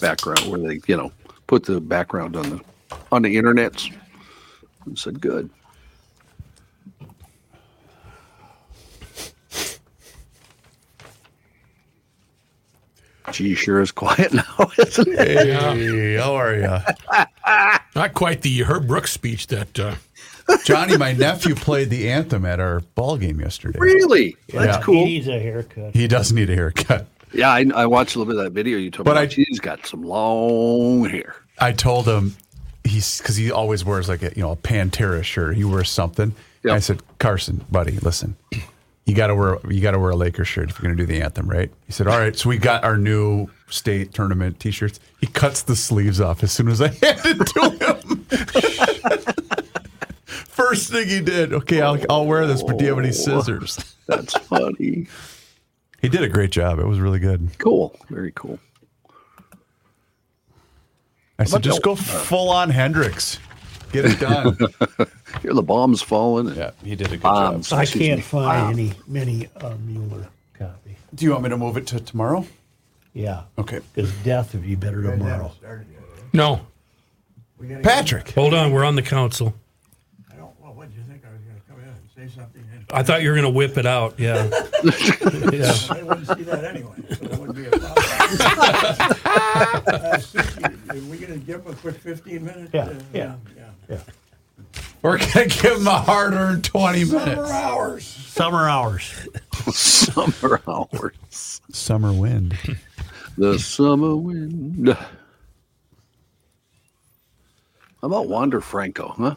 background where they, you know, put the background on the on the internets and said good. Gee, sure is quiet now, isn't it? Hey, how are you? Not quite the Herb Brooks speech that. Uh, Johnny, my nephew played the anthem at our ball game yesterday. Really? That's Yeah. He cool. needs a haircut. He does need a haircut. Yeah, I, I watched a little bit of that video you told But me. I- about. She's got some long hair. I told him he's because he always wears like a you know a Pantera shirt. He wears something. Yep. I said, Carson, buddy, listen, you got to wear you got to wear a Lakers shirt if you're going to do the anthem, right? He said, all right. So we got our new state tournament T-shirts. He cuts the sleeves off as soon as I handed to him. First thing he did. Okay, I'll, I'll wear this, but do you have Oh. any scissors? That's funny. He did a great job. It was really good. Cool. Very cool. I said, about just that- go full on Hendrix. Get it done. Here the bombs falling. yeah, he did a good job. Bombs. I excuse can't me. find any mini uh, Mueller copy. Do you want me to move it to tomorrow? Yeah, Okay. because death would be better tomorrow. no. Patrick. Hold on. We're on the council. I don't, well, what did you think? I was going to come in and say something. And I thought you were going to whip it out. Yeah. yeah. I wouldn't see that anyway, so it wouldn't be a problem. Uh, Suki, Are we going to give a quick 15 minutes? Yeah, yeah. Yeah. We're going to give him a hard earned 20 minutes. hours. Summer hours. Summer hours. Summer wind. The summer wind. How about Wander Franco, huh?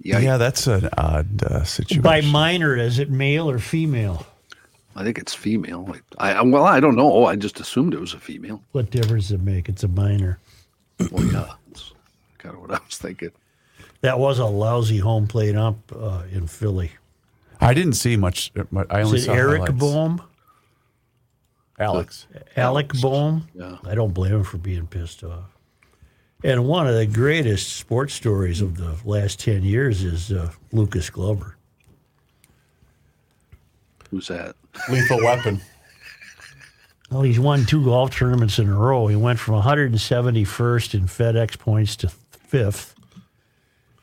Yeah, Yeah, that's an odd uh, situation. By minor, is it male or female? I think it's female. I, I well, I don't know. Oh, I just assumed it was a female. What difference does it make? It's a minor. Well, yeah, that's kind of what I was thinking. That was a lousy home plate up uh, in Philly. I didn't see much. uh, mu- I only Is it saw Eric highlights. Bohm? Alex. Alec Bohm? Yeah. I don't blame him for being pissed off. And one of the greatest sports stories of the last 10 years is uh, Lucas Glover. Who's that? Lethal weapon. Well, he's won two golf tournaments in a row. He went from 171st in FedEx points to fifth.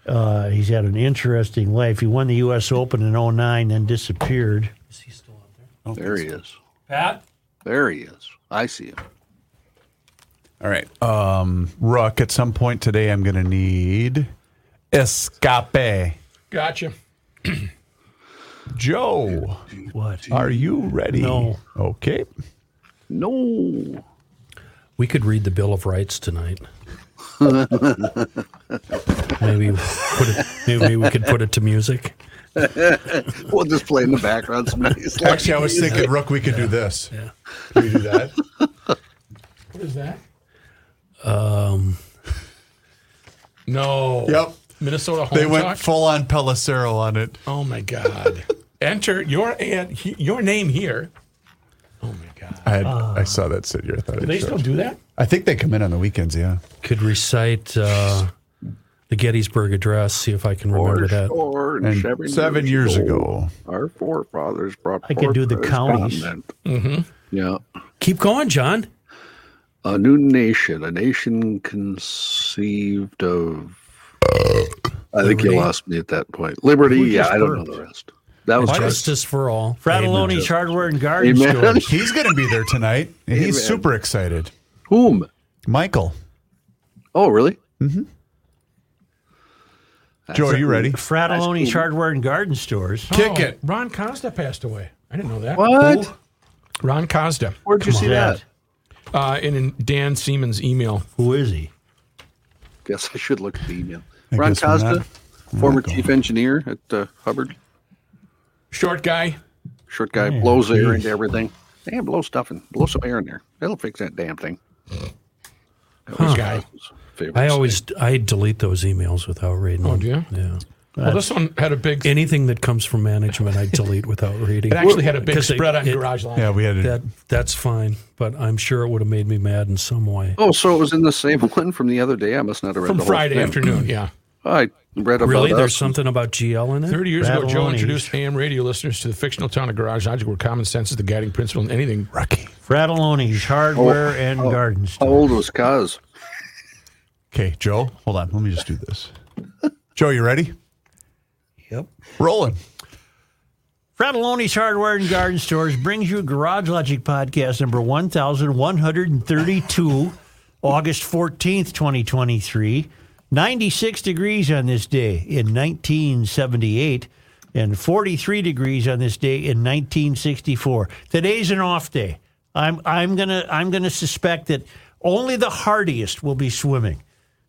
Uh, he's had an interesting life. He won the U.S. Open in 09, then disappeared. There he is. Pat? There he is. I see him. All right. Um, Ruck, at some point today, I'm going to need Escape. Gotcha. Joe, What? are you ready? No. Okay. No. We could read the Bill of Rights tonight. maybe, put it, maybe we could put it to music. We'll just play in the background some nice. Actually, I was thinking, Ruck, we could do this. Yeah. Can we do that? What is that? Um, no. Yep. Minnesota home They went talk? full on Pellicero on it. oh my God! Enter your aunt, he- your name here. Oh my God! I had, I saw that sit here. I thought Do they still do that? I think they come in on the weekends. Yeah. Could recite uh, the Gettysburg Address. See if I can remember that. And seven, years ago, Our forefathers brought. I could do the forth this counties. Mm-hmm. continent. Yeah, Keep going, John. a new nation, a nation conceived of. I think you Liberty? lost me at that point. Liberty. Who just Yeah, I don't know burped? the rest. That was just Justice for all. Fratelloni's Hardware and Garden Amen. Stores. he's going to be there tonight. And he's Amen. super excited. whom? Michael, Oh, really? Joe, are you ready? Fratelloni's Hardware and Garden Stores. Kick it. Oh, Ron Cosda passed away. I didn't know that. What? Ron Cosda. Where'd you see that? Uh, in, in Dan Siemens' email. Who is he? Guess I should look at the email. I Ron guess we're not- Costa, former chief engineer at uh, Hubbard. Short guy. Short guy blows air geez. into everything. Damn, blow stuff and blow some air in there. That'll fix that damn thing. That was Costa's favorite I saying. always I delete those emails without reading. Oh, them. do you? Yeah. Well, this one had a big. It Anything that comes from management, I delete without reading. actually had a big 'Cause it- spread on it- Garage Line. Yeah, we had That it. that's fine, but I'm sure it would have made me mad in some way. Oh, so it was in the same one from the other day. I must not have read from the whole Friday thing. Mm-hmm. afternoon. Yeah. I read about Really? us. There's something about GL in it? 30 years ago, Joe Babylonians. introduced AM radio listeners to the fictional town of Garage Logic, where common sense is the guiding principle in anything. Rocky. Fratelloni's Hardware Oh, and Garden How Store. old was Kaz? Okay, Joe, hold on. Let me just do this. Joe, you ready? Yep. Rolling. Fratelloni's Hardware and Garden Stores brings you Garage Logic Podcast number 1132, August 14th, 2023. 96 degrees on this day in 1978 and 43 degrees on this day in 1964. Today's an off day. I'm I'm going to I'm going to suspect that only the hardiest will be swimming.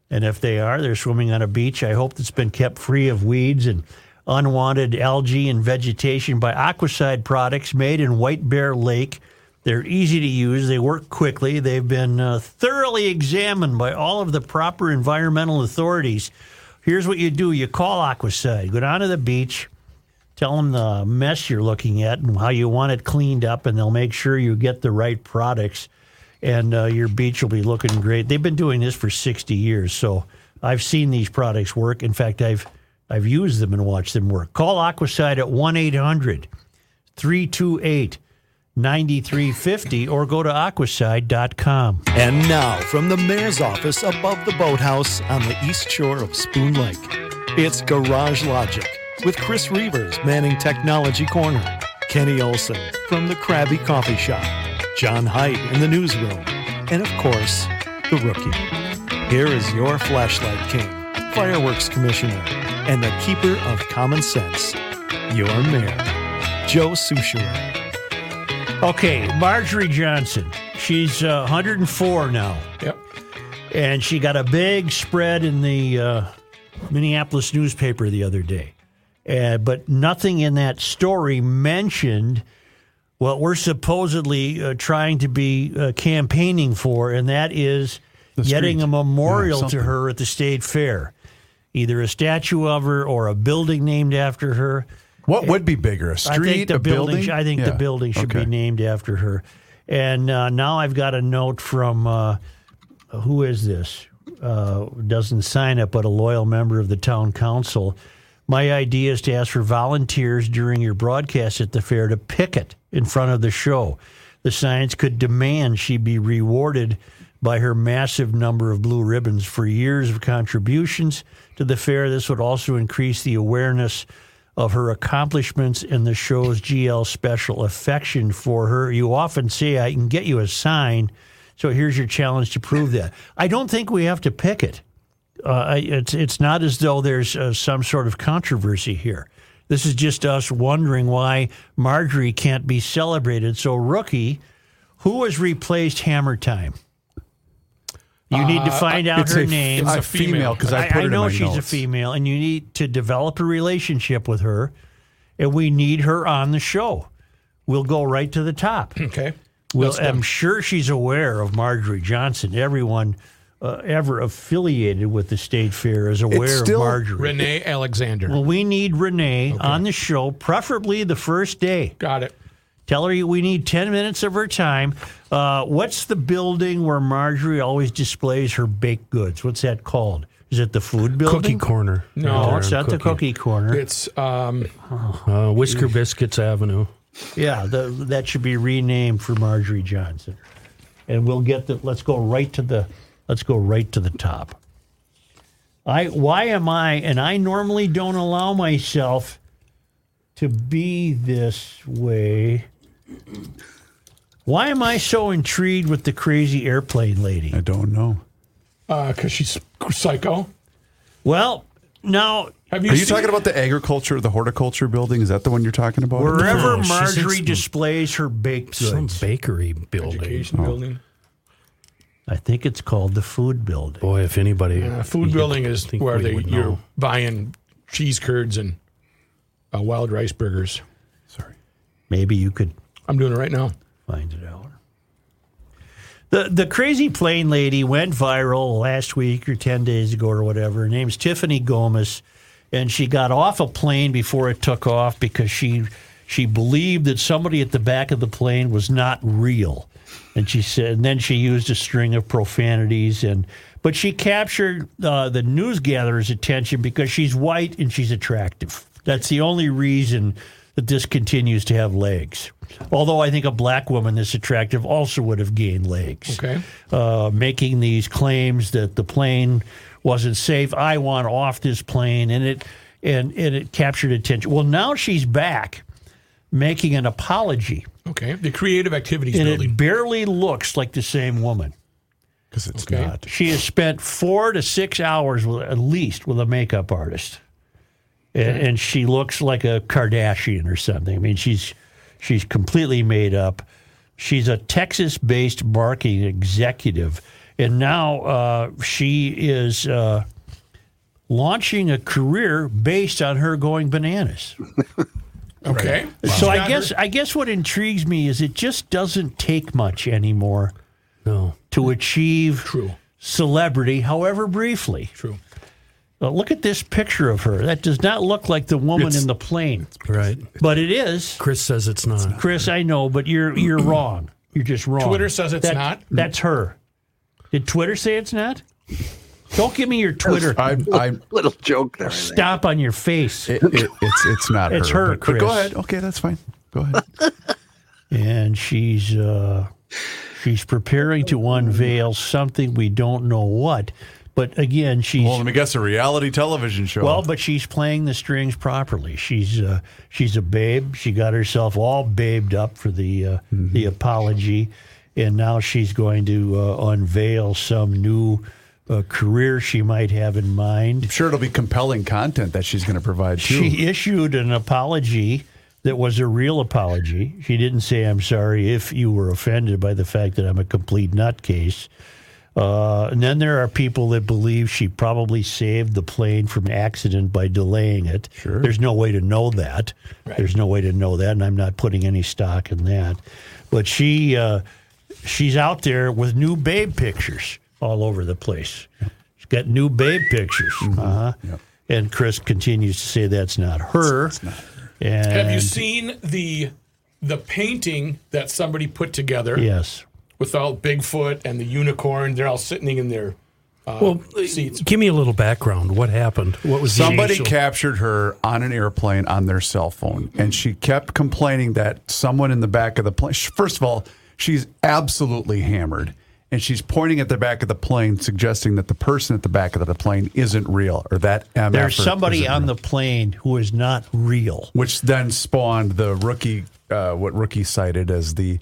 And if they are, they're swimming on a beach. I hope that's been kept free of weeds and unwanted algae and vegetation by Aquaside products made in White Bear Lake. They're easy to use, they work quickly, they've been uh, thoroughly examined by all of the proper environmental authorities. Here's what you do you call Aquaside, go down to the beach. Tell them the mess you're looking at and how you want it cleaned up, and they'll make sure you get the right products and uh, your beach will be looking great. They've been doing this for 60 years, so I've seen these products work. In fact, I've I've used them and watched them work. Call Aquaside at 1 800 328 9350 or go to aquaside.com. And now, from the mayor's office above the boathouse on the east shore of Spoon Lake, it's Garage Logic with Chris Reavers manning Technology Corner, Kenny Olson from the Krabby Coffee Shop, John Height in the newsroom, and of course, the rookie. Here is your flashlight king, fireworks commissioner, and the keeper of common sense, your mayor, Joe Sushiro. Okay, Marjorie Johnson. She's uh, 104 now. Yep. and she got a big spread in the uh, Minneapolis newspaper the other day. Uh, but nothing in that story mentioned what we're supposedly uh, trying to be uh, campaigning for, and that is getting street. a memorial Yeah, to something. her at the state fair, either a statue of her or a building named after her. What would be bigger, a street, I think the a building? sh- I think Yeah. the building should Okay. be named after her. And uh, now I've got a note from uh, who is this? Uh, doesn't sign it, but a loyal member of the town council. My idea is to ask for volunteers during your broadcast at the fair to picket in front of the show. The science could demand she be rewarded by her massive number of blue ribbons for years of contributions to the fair. This would also increase the awareness of her accomplishments and the show's GL special affection for her. You often say, I can get you a sign. So here's your challenge to prove that. I don't think we have to pick it. Uh, I- it's, it's not as though there's uh, some sort of controversy here. This is just us wondering why Marjorie can't be celebrated. So, rookie, who has replaced Hammer Time? You need to find out Uh, It's her a, name. It's I- a female because I, I, put I it in know my she's a notes. female, and you need to develop a relationship with her, and we need her on the show. We'll go right to the top. Okay. Well, I'm sure she's aware of Marjorie Johnson. Everyone uh, ever affiliated with the state fair is aware still- of Marjorie. Renee Alexander. well, we need Renee on the show, preferably the first day. Got it. Tell her we need 10 minutes of her time. Uh, what's the building where Marjorie always displays her baked goods? What's that called? Is it the food Cookie building? Corner. No, No, it's not the cookie corner. It's um, Uh, Whisker Biscuits Avenue. Yeah, the, that should be renamed for Marjorie Johnson. And we'll get the let's go right to the let's go right to the top. I why am I and I normally don't allow myself to be this way. Why am I so intrigued with the crazy airplane lady? I don't know. because uh, she's psycho. Well, now Have Are you seen- talking about the agriculture, the horticulture building? Is that the one you're talking about? wherever No, she's in Marjorie some- displays her baked Some goods, bakery building. education building? I think it's called the food building. Boy, if anybody. Uh, food building is Oh. think where we they would you're know. buying cheese curds and uh, wild rice burgers. Sorry. Maybe you could I'm doing it right now. find it out. The the crazy plane lady went viral last week or ten days ago or whatever. Her name's Tiffany Gomez, and she got off a plane before it took off because she she believed that somebody at the back of the plane was not real. And she said, and then she used a string of profanities, and but she captured uh, the news gatherer's attention because she's white and she's attractive. That's the only reason that this continues to have legs. Although I think a black woman this attractive also would have gained legs. Okay. uh, making these claims that the plane wasn't safe. I want off this plane, and it and and it captured attention. Well, now she's back making an apology. Okay. The creative activities And building. it barely looks like the same woman. because it's Okay. not. She has spent four to six hours with, at least with a makeup artist, and, and she looks like a Kardashian or something. I mean, she's she's completely made up. She's a Texas-based marketing executive, and now uh, she is uh, launching a career based on her going bananas. okay. So I Got guess her. I guess what intrigues me is it just doesn't take much anymore No. to achieve True. celebrity, however briefly. True. Uh, look at this picture of her. That does not look like the woman in the plane, Right. but it is. Chris says it's not. Chris, I know, but you're you're wrong. You're just wrong. Twitter says it's not? That's her. Did Twitter say it's not? Don't give me your Twitter. I'm, I'm, Little joke there. I think. Stop on your face. it, it, it's, it's not It's her, but- but go Chris. ahead. Okay, that's fine. Go ahead. and she's uh, she's preparing to unveil something we don't know what. But again, she's well, let me guess a reality television show. Well, but she's playing the strings properly. She's uh, she's a babe. She got herself all babed up for the uh, the apology, and now she's going to uh, unveil some new uh, career she might have in mind. I'm sure it'll be compelling content that she's going to provide too. She issued an apology that was a real apology. She didn't say, I'm sorry if you were offended by the fact that I'm a complete nutcase. Uh, and then there are people that believe she probably saved the plane from accident by delaying it. Sure. There's no way to know that. There's no way to know that, and I'm not putting any stock in that. But she uh, she's out there with new babe pictures all over the place. She's got new babe pictures. Mm-hmm. Uh-huh. And Chris continues to say that's not her. And Have you seen the the painting that somebody put together Yes. with all Bigfoot and the unicorn? They're all sitting in their Well, seats. give me a little background. What happened? What was Somebody the initial- captured her on an airplane on their cell phone, and she kept complaining that someone in the back of the plane. sh- First of all, she's absolutely hammered, and she's pointing at the back of the plane, suggesting that the person at the back of the plane isn't real or that MF There's or somebody isn't on real. the plane who is not real. which then spawned the rookie, uh, what rookie cited as the,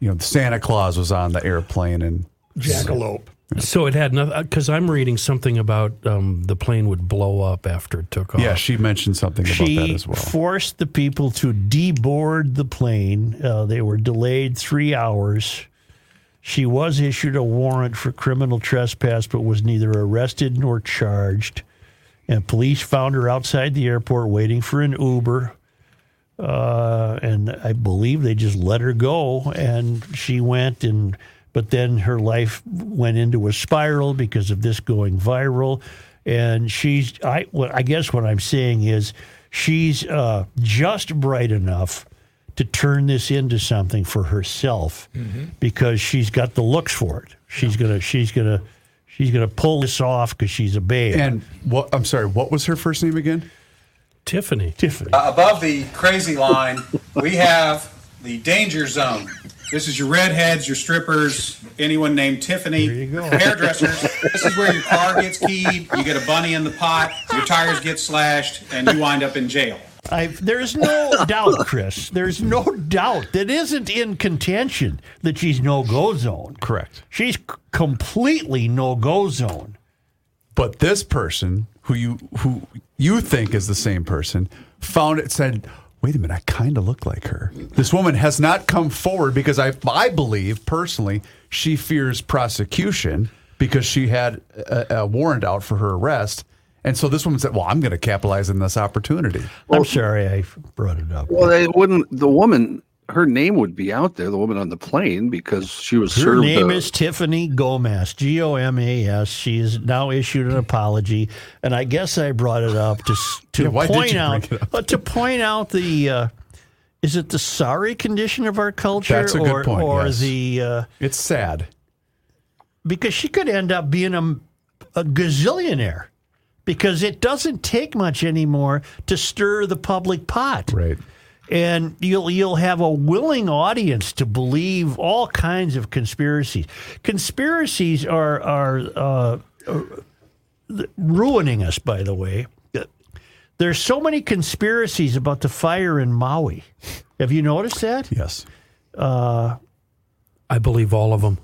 you know, Santa Claus was on the airplane and jackalope. So it had nothing because I'm reading something about um, the plane would blow up after it took off. yeah, she mentioned something about she that as well. forced the people to deboard the plane. Uh, they were delayed three hours. She was issued a warrant for criminal trespass, but was neither arrested nor charged. And police found her outside the airport waiting for an Uber. Uh, and I believe they just let her go, and she went and. But then her life went into a spiral because of this going viral, and she's. I what I guess what I'm saying is she's uh, just bright enough to turn this into something for herself because she's got the looks for it. She's gonna. She's gonna. She's gonna pull this off because she's a babe. and what? I'm sorry, what was her first name again? Tiffany. Tiffany. above the crazy line, we have the danger zone. This is your redheads, your strippers, anyone named Tiffany, hairdressers. This is where your car gets keyed, you get a bunny in the pot, your tires get slashed, and you wind up in jail. I've, there's no doubt, Chris. There's no doubt that isn't in contention that she's no go zone. Correct. She's c- completely no go zone. But this person who you who you think is the same person found it said, "Wait a minute, I kind of look like her." This woman has not come forward because I I believe personally she fears prosecution because she had a, a warrant out for her arrest. And so this woman said, "Well, I'm going to capitalize on this opportunity." I'm sorry I brought it up. Well, they wouldn't. The woman, her name would be out there. The woman on the plane because she was Her served. name a- is Tiffany Gomez, G O M A S. She has now issued an apology, and I guess I brought it up to s- to Yeah, why did point you out bring it up? but to point out the uh, Is it the sorry condition of our culture, That's a good or, point, or yes. the uh, It's sad. because she could end up being a, a gazillionaire because it doesn't take much anymore to stir the public pot, Right. and you'll you'll have a willing audience to believe all kinds of conspiracies. Conspiracies are are uh, uh, ruining us, by the way. There's so many conspiracies about the fire in Maui. Have you noticed that? Yes. I believe all of them.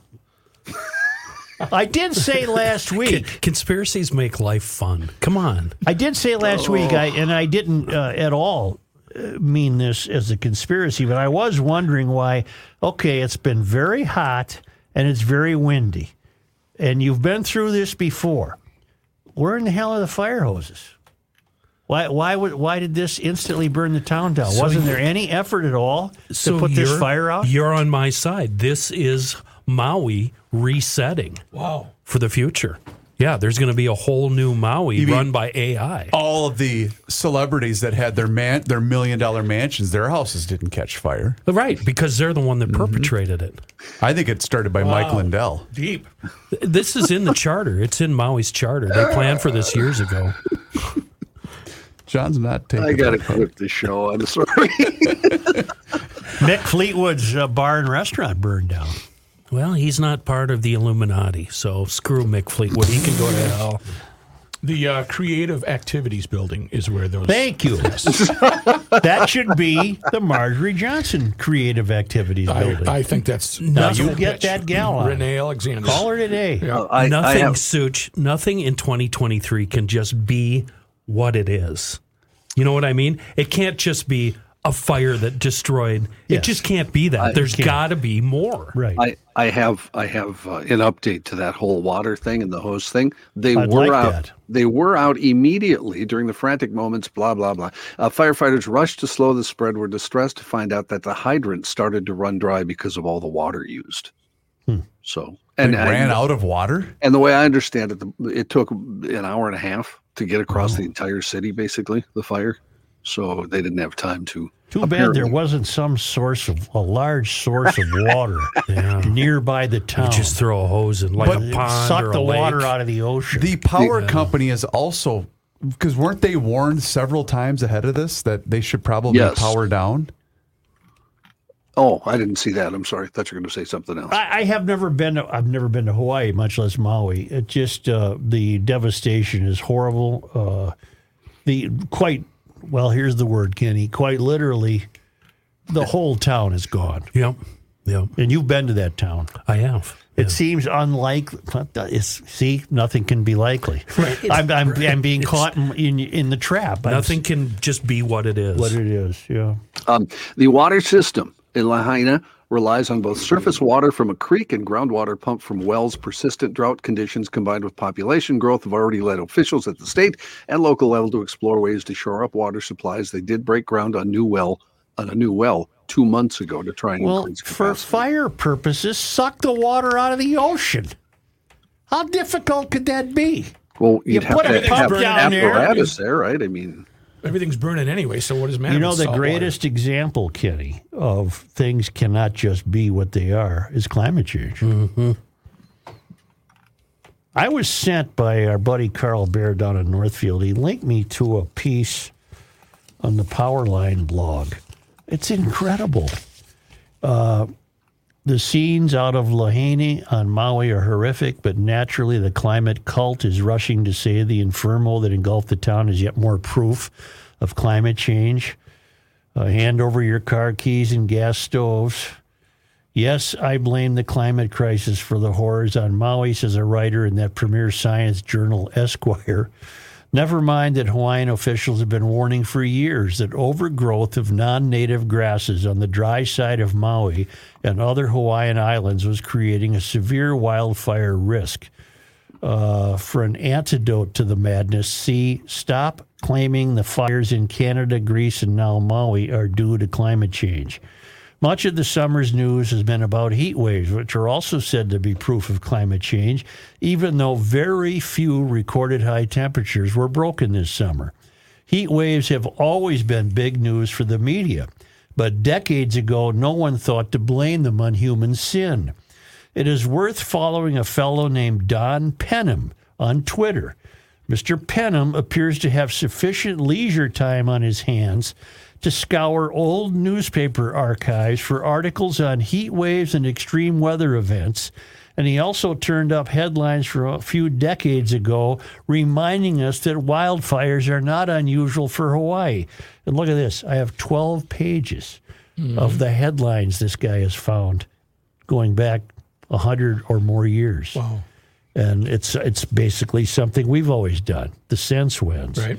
I did say last week. Conspiracies make life fun. Come on. I did say last week, Oh. I, and I didn't uh, at all uh, mean this as a conspiracy, but I was wondering why. Okay, it's been very hot and it's very windy, and you've been through this before. Where in the hell are the fire hoses? Why, why, would, why did this instantly burn the town down? Wasn't there any effort at all to put this you're- fire out? You're on my side. This is Maui resetting Wow. for the future. Yeah, there's going to be a whole new Maui mean- run by AI. All of the celebrities that had their man, their million dollar mansions, their houses didn't catch fire. Right, because they're the one that perpetrated it. I think it started by Mike Lindell. Deep. This is in the charter. It's in Maui's charter. They planned for this years ago. John's not taking. I gotta it. quit the show. I'm sorry. Mick Fleetwood's uh, bar and restaurant burned down. Well, he's not part of the Illuminati, so screw Mick Fleetwood. He can go to hell. The uh, Creative Activities Building is where those. Thank you. that should be the Marjorie Johnson Creative Activities I, Building. I think that's. No, you get bitch. that gal on. Renee Alexander. Call her today. I, I nothing, have, Such, nothing in 2023 can just be what it is. You know what I mean? It can't just be a fire that destroyed. It Yes. just can't be that. There's got to be more. Right. I, I have, I have uh, an update to that whole water thing and the hose thing. They I'd were like out. that. They were out immediately during the frantic moments. Blah blah blah. Uh, firefighters rushed to slow the spread. Were distressed to find out that the hydrant started to run dry because of all the water used. Hmm. So They and I- ran out of water. And the way I understand it, the, it took an hour and a half to get across Oh. the entire city, basically, the fire. So they didn't have time to. Too bad there wasn't some source of a large source of water nearby the town. You just throw a hose in like But a it pond Suck or a the lake. water out of the ocean. The power company is also because weren't they warned several times ahead of this that they should probably Yes. power down? Oh, I didn't see that. I'm sorry. I thought you were going to say something else. I, I have never been. To, I've never been to Hawaii, much less Maui. It just uh, the devastation is horrible. Uh, the quite well. Here's the word, Kenny. Quite literally, the whole town is gone. Yep. Yep. And you've been to that town. I have. It seems unlikely. It's, see, nothing can be likely. I'm, I'm, I'm being caught in, in in the trap. I'm Nothing can just be what it is. what it is. Yeah. Um, the water system in Lahaina relies on both surface water from a creek and groundwater pumped from wells. Persistent drought conditions combined with population growth have already led officials at the state and local level to explore ways to shore up water supplies. They did break ground on new well on a new well two months ago to try and Well, increase for capacity. fire purposes, suck the water out of the ocean. How difficult could that be? Well, you'd have put to a pump have an down there. apparatus there, right? I mean, Everything's burning anyway, so what does it matter? You know, with the salt water? greatest example, Kenny, of things cannot just be what they are is climate change. Mm-hmm. I was sent by our buddy Carl Bear down in Northfield. He linked me to a piece on the Powerline blog. It's incredible. Uh, the scenes out of Lahaini on Maui are horrific, but naturally, the climate cult is rushing to say the inferno that engulfed the town is yet more proof of climate change. Uh, hand over your car keys and gas stoves. Yes, I blame the climate crisis for the horrors on Maui, says a writer in that premier science journal, Esquire. Never mind that Hawaiian officials have been warning for years that overgrowth of non native grasses on the dry side of Maui and other Hawaiian islands was creating a severe wildfire risk. Uh, for an antidote to the madness, see stop claiming the fires in Canada, Greece, and now Maui are due to climate change. Much of the summer's news has been about heat waves, which are also said to be proof of climate change, even though very few recorded high temperatures were broken this summer. Heat waves have always been big news for the media, But decades ago, no one thought to blame them on human sin. It is worth following a fellow named Don Penham on Twitter. Mr. Penham appears to have sufficient leisure time on his hands to scour old newspaper archives for articles on heat waves and extreme weather events. And he also turned up headlines from a few decades ago reminding us that wildfires are not unusual for Hawaii. And look at this I have 12 pages of the headlines this guy has found going back 100 or more years. Wow. And it's it's basically something we've always done. The sense wins. Right.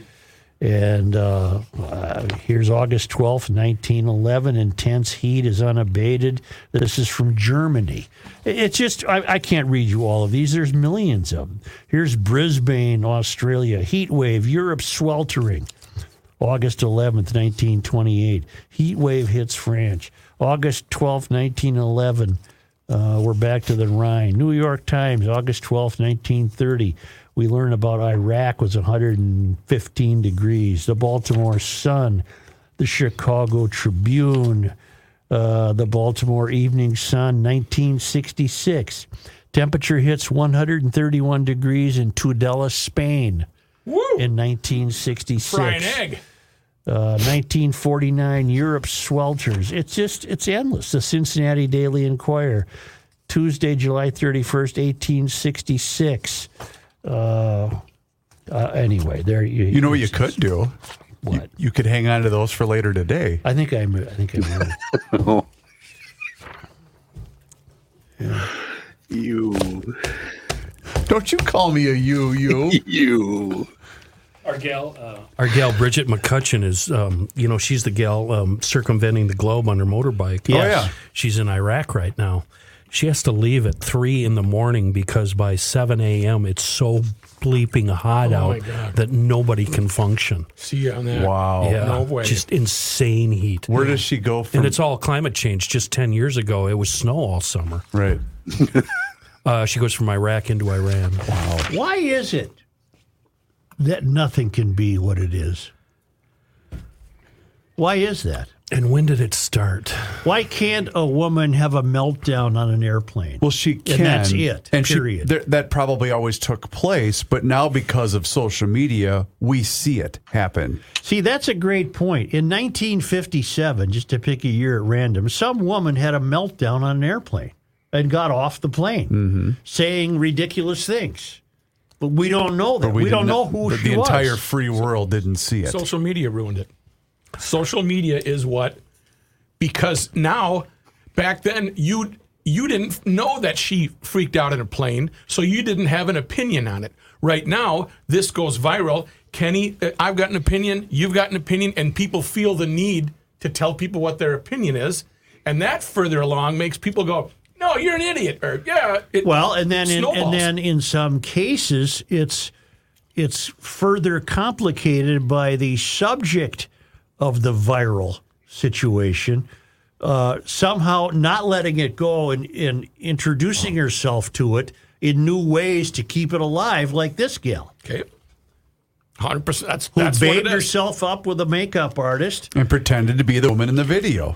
And uh, uh, here's August 12th, 1911. Intense heat is unabated. This is from Germany. I- It's just, I, I can't read you all of these. There's millions of them. Here's Brisbane, Australia. Heat wave, Europe sweltering. August 11th, 1928. Heat wave hits France. August 12th, 1911. Uh, we're back to the Rhine. New York Times, August 12th, 1930. We learn about Iraq was 115 degrees. The Baltimore Sun, the Chicago Tribune, uh, the Baltimore Evening Sun, 1966. Temperature hits 131 degrees in Tudela, Spain. In 1966. Fry an egg. Uh, 1949 Europe swelters. It's just it's endless. The Cincinnati Daily Enquirer, Tuesday, July 31st, 1866. Uh, uh, anyway, there you. You know what you could do? You, What? you could hang on to those for later today. I think I'm. I think I'm. You, Don't you call me a you, you. you. Our gal, uh, our gal Bridget McCutcheon is, um, you know, she's the gal um, circumventing the globe on her motorbike. Oh, yeah. she's in Iraq right now. She has to leave at three in the morning because by seven a.m. it's so bleeping hot my God. out that nobody can function. See you on that. Wow. yeah, no way. just insane heat. Where does she go from? and it's all climate change. Just ten years ago, it was snow all summer. right. Uh, she goes from Iraq into Iran. Why is it that nothing can be what it is? Why is that? And when did it start? Why can't a woman have a meltdown on an airplane? Well, she can. And that's it, And she- period. there- that probably always took place, but now because of social media, we see it happen. See, that's a great point. In 1957, just to pick a year at random, some woman had a meltdown on an airplane and got off the plane Mm-hmm. saying ridiculous things. But we don't know that. But We, didn't- don't know who but she the was. entire free world didn't see it. Social media ruined it. Social media is what because now back then you you didn't know that she freaked out in a plane, so you didn't have an opinion on it. Right now, this goes viral. Kenny, uh, I've got an opinion, you've got an opinion, and people feel the need to tell people what their opinion is, and that further along makes people go, "No, you're an idiot," or "Yeah." It, well, and then in, and snowballs. then in some cases, it's it's further complicated by the subject of the viral situation. Uh, somehow not letting it go and, and introducing herself to it in new ways to keep it alive, like this gal okay, hundred percent. That's who that's what it baited is. herself up with a makeup artist. and pretended to be the woman in the video.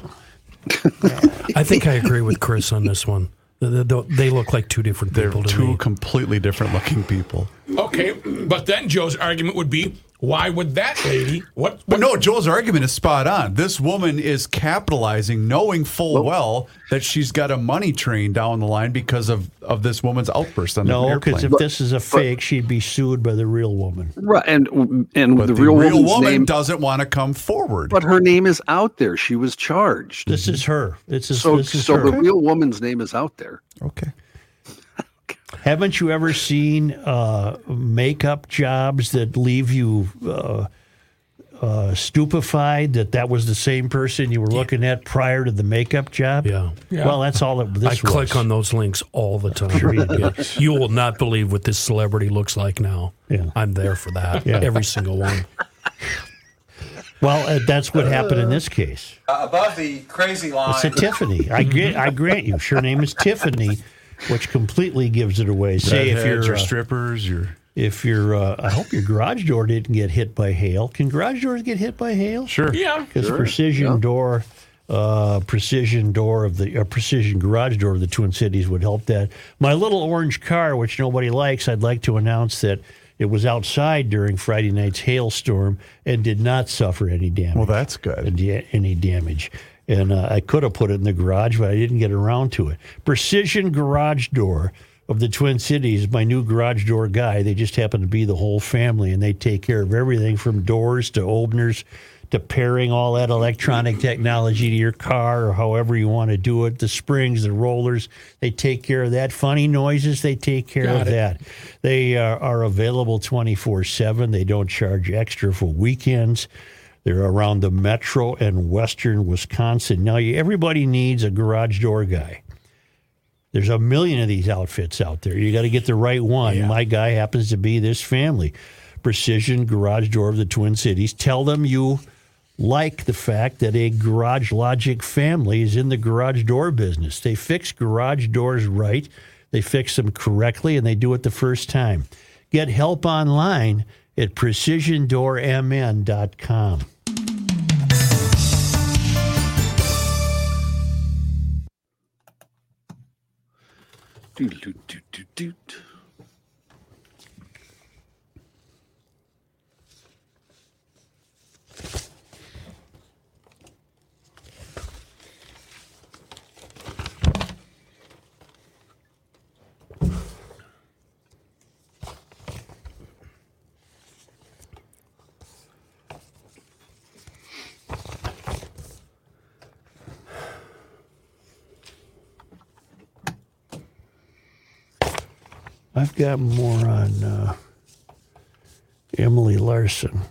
I think I agree with Chris on this one. They- They they look like two different They're people to two me. completely different looking people. Okay, but then Joe's argument would be, why would that lady? What? But what no, Joel's argument is spot on. This woman is capitalizing, knowing full well that she's got a money train down the line because of, of this woman's outburst on the No, airplane. because if this is a fake, she'd be sued by the real woman. Right, and and but the, real, woman's woman name, doesn't want to come forward. but her name is out there. She was charged. This is her. This is so this is so her. the real woman's name is out there. okay. Haven't you ever seen uh, makeup jobs that leave you uh, uh, stupefied that that was the same person you were looking at prior to the makeup job? Yeah. Well, that's all that I this was. click on those links all the time. Yeah. You will not believe what this celebrity looks like now. Yeah. I'm there for that. Yeah. Every single one. Well, uh, that's what happened in this case. Uh, above the crazy line. Uh, It's a Tiffany. I grant, I grant you. Sure name is Tiffany, which completely gives it away. Say if Redheads you're or uh, strippers, your if you're uh, I hope your garage door didn't get hit by hail. Can garage doors get hit by hail? sure. Yeah. Because precision door uh, precision door of the uh, precision garage door of the Twin Cities would help that. My little orange car, which nobody likes, I'd like to announce that it was outside during Friday night's hailstorm and did not suffer any damage. Well, that's good. And da- any damage. And uh, I could have put it in the garage, but I didn't get around to it. Precision Garage Door of the Twin Cities, my new garage door guy. They just happen to be the whole family, and they take care of everything from doors to openers to pairing all that electronic technology to your car or however you want to do it. The springs, the rollers, they take care of that. Funny noises, they take care of that. They are, are available 24 7. They don't charge extra for weekends. They're around the metro and western Wisconsin. Now, you- everybody needs a garage door guy. There's a million of these outfits out there. You got to get the right one. My guy happens to be this family. Precision Garage Door of the Twin Cities. Tell them you like the fact that a Garage Logic family is in the garage door business. They fix garage doors right, they fix them correctly, and they do it the first time. Get help online at precisiondoormn.com. Doot, doot, doot, doot, doot. I've got more on uh, Emily Larson.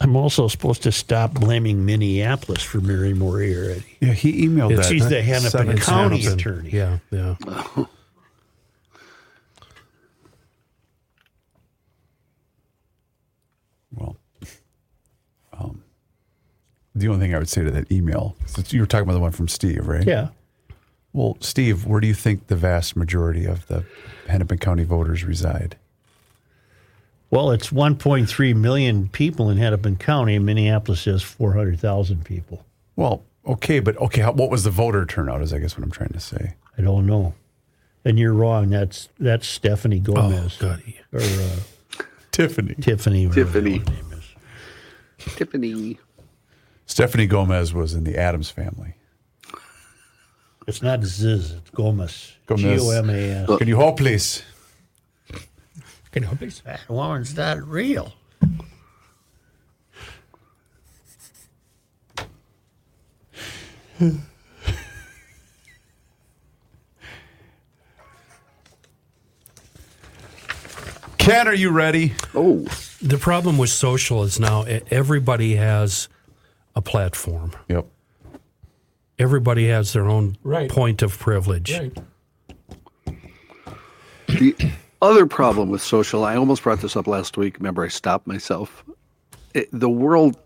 I'm also supposed to stop blaming Minneapolis for Mary Murray already. Yeah, he emailed that. She's the Hennepin Seven County Hennepin. attorney. Yeah, yeah. Well, um, the only thing I would say to that email, since you were talking about the one from Steve, right? Yeah. Well, Steve, where do you think the vast majority of the Hennepin County voters reside? Well, it's 1.3 million people in Hennepin County, and Minneapolis has 400,000 people. Well, okay, but okay, how, what was the voter turnout? Is I guess what I'm trying to say. I don't know. And you're wrong. That's that's Stephanie Gomez Goody. or uh, Tiffany. Tiffany. whatever her Tiffany. name is. Tiffany. Stephanie Gomez was in the Adams family. It's not Ziz. It's Gomez. Gomez. G O M A S. Can you hold, please? Can you help me? That That woman's not real. Ken, are you ready? Oh, The problem with social is now e- everybody has a platform. Yep. Everybody has their own Right. point of privilege. Right. the other problem with social, I almost brought this up last week. Remember, I stopped myself. It, the world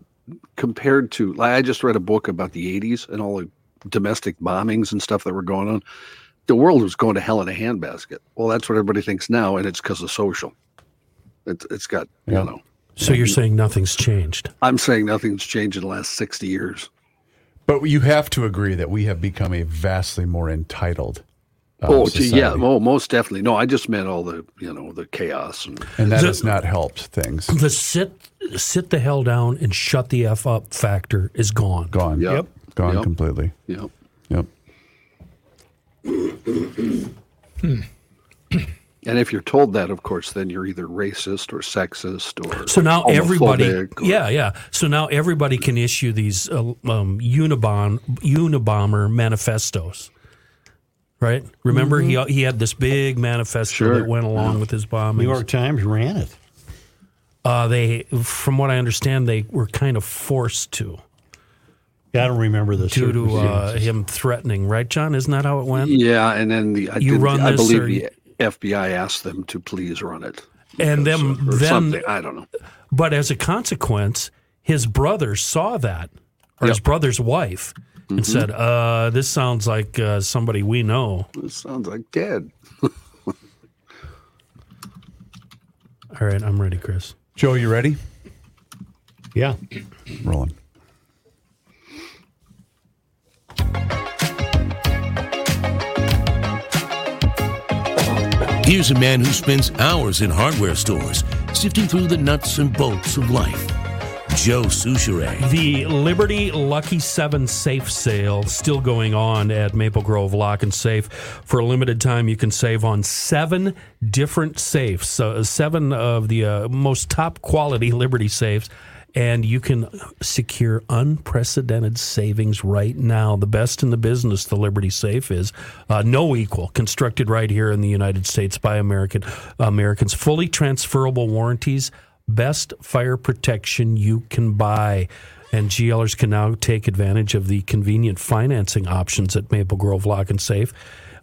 compared to, like, I just read a book about the 80s and all the domestic bombings and stuff that were going on. The world was going to hell in a handbasket. Well, that's what everybody thinks now, and it's because of social. It, it's got, you know, So you're saying nothing's changed. I'm saying nothing's changed in the last 60 years. But you have to agree that we have become a vastly more entitled. uh, Oh, gee, yeah. society. Oh, most definitely. No, I just meant all the, you know, the chaos. And and that The- has not helped things. The sit sit the hell down and shut the f up factor is gone. Gone. Yep. Gone Yep. completely. you know, Yep. and if you're told that, of course, then you're either racist or sexist or So now everybody, homophobic or- yeah, yeah. So now everybody can issue these uh, um, Unabom, Unabomber manifestos, right? Remember, he he had this big manifesto Sure. that went along with his bombing. Mm-hmm. New York Times ran it. Uh, they, from what I understand, they were kind of forced to I don't remember the due to uh, circumstances. him threatening, right, John? Isn't that how it went? Yeah, and then the I, You did- run I this believe or the you- FBI asked them to please run it. And So- then, or then, something. I don't know. but as a consequence, his brother saw that, or his brother's wife, and Mm-hmm. said, uh, "This sounds like uh, somebody we know." It sounds like dead. All right, I'm ready, Chris. Joe, you ready? Yeah. Rolling. Here's a man who spends hours in hardware stores sifting through the nuts and bolts of life. Joe Souchere. The Liberty Lucky 7 safe sale still going on at Maple Grove Lock and Safe. For a limited time, you can save on seven different safes, so uh, seven of the uh, most top quality Liberty safes. And you can secure unprecedented savings right now. The best in the business, the Liberty Safe is uh, no equal. Constructed right here in the United States by American Americans, fully transferable warranties best fire protection you can buy. And GLers can now take advantage of the convenient financing options at Maple Grove Lock and Safe.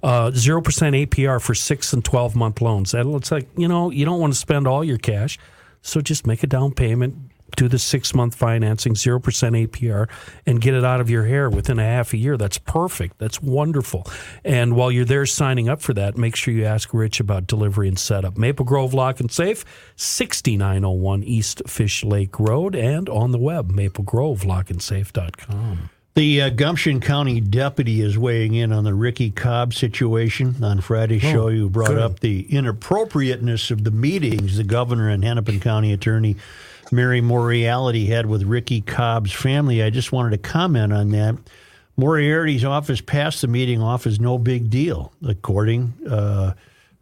Uh, 0% APR for 6 and 12 month loans. That looks like, you know, you don't want to spend all your cash. So just make a down payment, do the six month financing, 0% APR, and get it out of your hair within a half a year. That's perfect. That's wonderful. And while you're there signing up for that, make sure you ask Rich about delivery and setup. Maple Grove Lock and Safe, 6901 East Fish Lake Road, and on the web, maplegrovelockandsafe.com. The uh, Gumption County deputy is weighing in on the Ricky Cobb situation. On Friday's show, you brought up the inappropriateness of the meetings the governor and Hennepin County attorney Mary Moriarty had with Ricky Cobb's family. I just wanted to comment on that. Moriarty's office passed the meeting off as no big deal, according uh,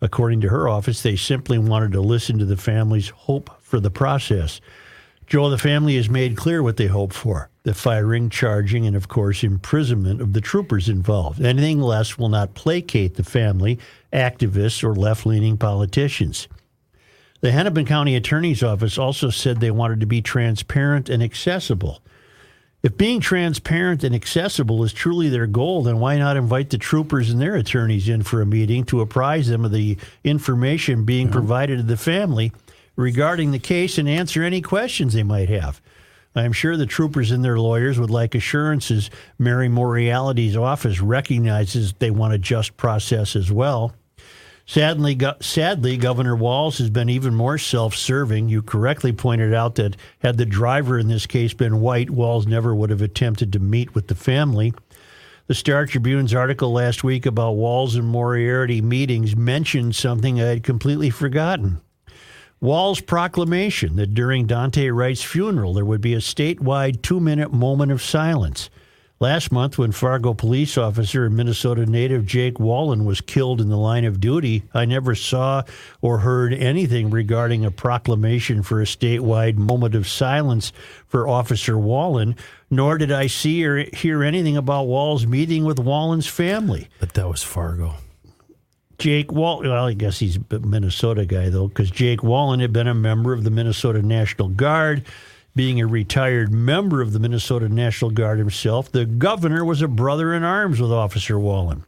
according to her office. They simply wanted to listen to the family's hope for the process. Joel, the family has made clear what they hope for the firing, charging, and of course, imprisonment of the troopers involved. Anything less will not placate the family, activists, or left leaning politicians. The Hennepin County Attorney's Office also said they wanted to be transparent and accessible. If being transparent and accessible is truly their goal, then why not invite the troopers and their attorneys in for a meeting to apprise them of the information being provided to the family regarding the case and answer any questions they might have? I am sure the troopers and their lawyers would like assurances Mary Moriarty's office recognizes they want a just process as well. Sadly, go- sadly, Governor Walls has been even more self-serving. You correctly pointed out that had the driver in this case been white, Walls never would have attempted to meet with the family. The Star Tribune's article last week about Walls and Moriarty meetings mentioned something I had completely forgotten. Wall's proclamation that during Dante Wright's funeral there would be a statewide two minute moment of silence. Last month, when Fargo police officer and Minnesota native Jake Wallen was killed in the line of duty, I never saw or heard anything regarding a proclamation for a statewide moment of silence for Officer Wallen, nor did I see or hear anything about Wall's meeting with Wallen's family. But that was Fargo. Jake Wall. Well, I guess he's a Minnesota guy though, because Jake Wallen had been a member of the Minnesota National Guard. Being a retired member of the Minnesota National Guard himself, the governor was a brother in arms with Officer Wallen.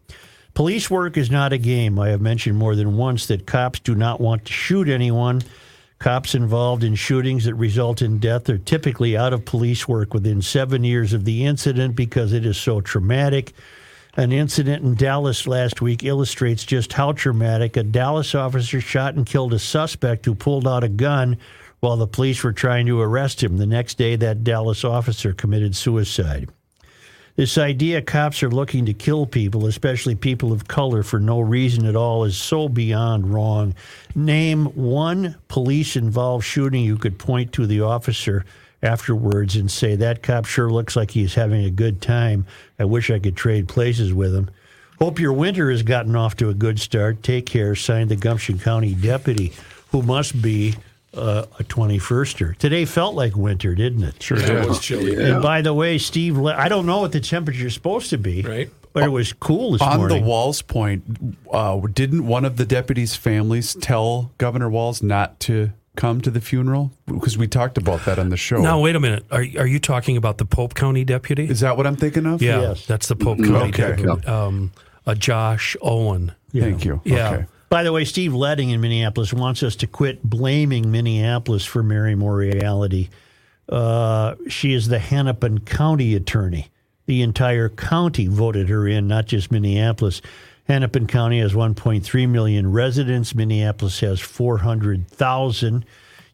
Police work is not a game. I have mentioned more than once that cops do not want to shoot anyone. Cops involved in shootings that result in death are typically out of police work within seven years of the incident because it is so traumatic. An incident in Dallas last week illustrates just how traumatic a Dallas officer shot and killed a suspect who pulled out a gun while the police were trying to arrest him. The next day, that Dallas officer committed suicide. This idea cops are looking to kill people, especially people of color, for no reason at all is so beyond wrong. Name one police involved shooting you could point to the officer afterwards and say, That cop sure looks like he's having a good time. I wish I could trade places with him. Hope your winter has gotten off to a good start. Take care, signed the Gumption County deputy, who must be uh, a 21ster. Today felt like winter, didn't it? Sure, that was chilly, And by the way, Steve, Le- I don't know what the temperature's supposed to be, right? but it was cool this On morning. the Walls point, uh, didn't one of the deputies' families tell Governor Walls not to come to the funeral? Because we talked about that on the show. Now, wait a minute. Are, are you talking about the Pope County deputy? Is that what I'm thinking of? yeah, Yes. that's the Pope County Okay. deputy. Um, uh, Josh Owen. Thank you. Yeah. Okay. By the way, Steve Letting in Minneapolis wants us to quit blaming Minneapolis for Mary Moriality. Uh, she is the Hennepin County attorney. The entire county voted her in, not just Minneapolis. Hennepin County has 1.3 million residents. Minneapolis has 400,000.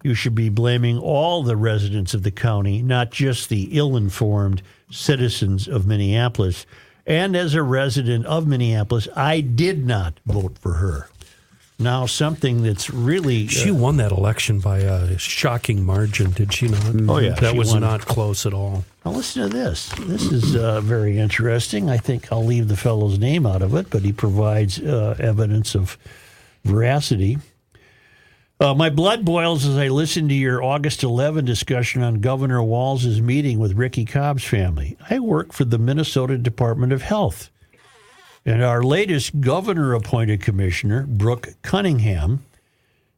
You should be blaming all the residents of the county, not just the ill informed citizens of Minneapolis. And as a resident of Minneapolis, I did not vote for her. Now, something that's really. uh, She won that election by a shocking margin, did she not? Oh, yeah, that she was won. not close at all. Now listen to this. This is uh, very interesting. I think I'll leave the fellow's name out of it, but he provides uh, evidence of veracity. Uh, my blood boils as I listen to your August 11 discussion on Governor Walz's meeting with Ricky Cobb's family. I work for the Minnesota Department of Health. And our latest governor appointed commissioner, Brooke Cunningham,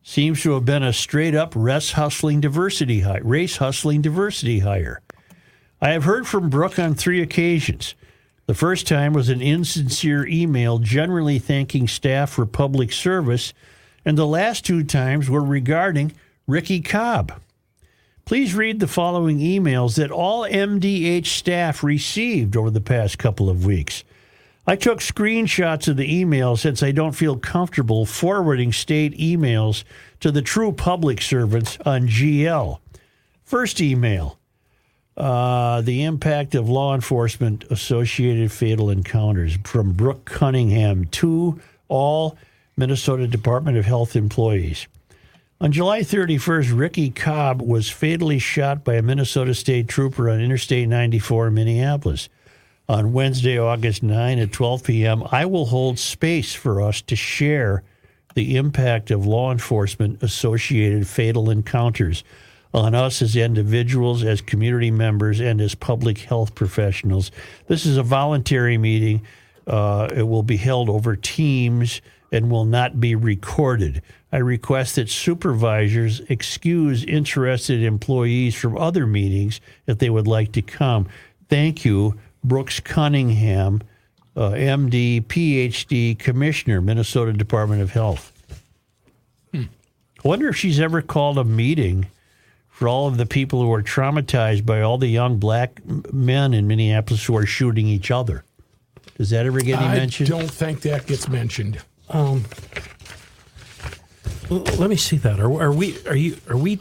seems to have been a straight up race hustling diversity hire, race hustling diversity hire. I have heard from Brooke on three occasions. The first time was an insincere email generally thanking staff for public service, and the last two times were regarding Ricky Cobb. Please read the following emails that all MDH staff received over the past couple of weeks. I took screenshots of the emails since I don't feel comfortable forwarding state emails to the true public servants on GL. First email uh, the impact of law enforcement associated fatal encounters from Brooke Cunningham to all Minnesota Department of Health employees. On July 31st, Ricky Cobb was fatally shot by a Minnesota state trooper on Interstate 94 in Minneapolis. On Wednesday, August 9 at 12 p.m., I will hold space for us to share the impact of law enforcement associated fatal encounters on us as individuals, as community members, and as public health professionals. This is a voluntary meeting. Uh, it will be held over Teams and will not be recorded. I request that supervisors excuse interested employees from other meetings if they would like to come. Thank you, Brooks Cunningham, uh, MD, PhD, Commissioner, Minnesota Department of Health. I wonder if she's ever called a meeting for all of the people who are traumatized by all the young black m- men in Minneapolis who are shooting each other. Does that ever get any I mention? don't think that gets mentioned. L- let me see that. Are, are we? Are you? Are we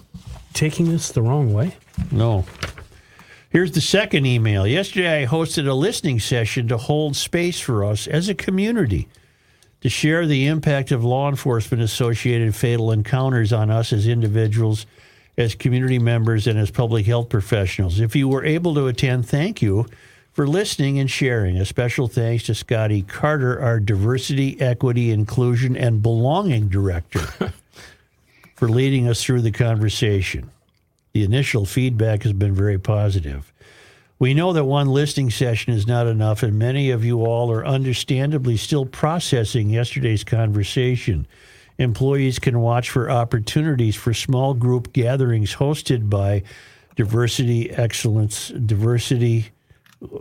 taking this the wrong way? No. Here's the second email. Yesterday, I hosted a listening session to hold space for us as a community to share the impact of law enforcement associated fatal encounters on us as individuals, as community members, and as public health professionals. If you were able to attend, thank you for listening and sharing. A special thanks to Scotty Carter, our diversity, equity, inclusion, and belonging director, for leading us through the conversation. The initial feedback has been very positive. We know that one listening session is not enough, and many of you all are understandably still processing yesterday's conversation. Employees can watch for opportunities for small group gatherings hosted by Diversity Excellence, Diversity,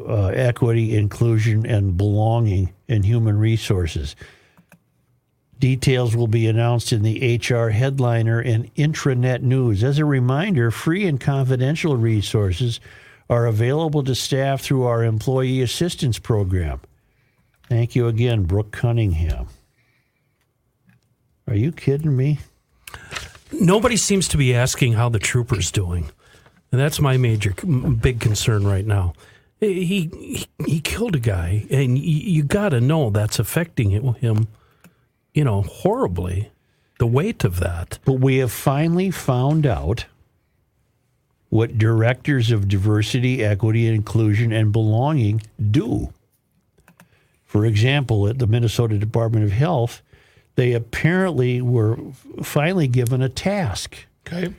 uh, Equity, Inclusion, and Belonging and Human Resources. Details will be announced in the HR headliner and intranet news. As a reminder, free and confidential resources are available to staff through our employee assistance program. Thank you again, Brooke Cunningham. Are you kidding me? Nobody seems to be asking how the trooper's doing, and that's my major, m- big concern right now. He he, he killed a guy, and y- you got to know that's affecting him, you know, horribly. The weight of that. But we have finally found out what directors of diversity, equity, inclusion, and belonging do. For example, at the Minnesota Department of Health, they apparently were finally given a task. Okay.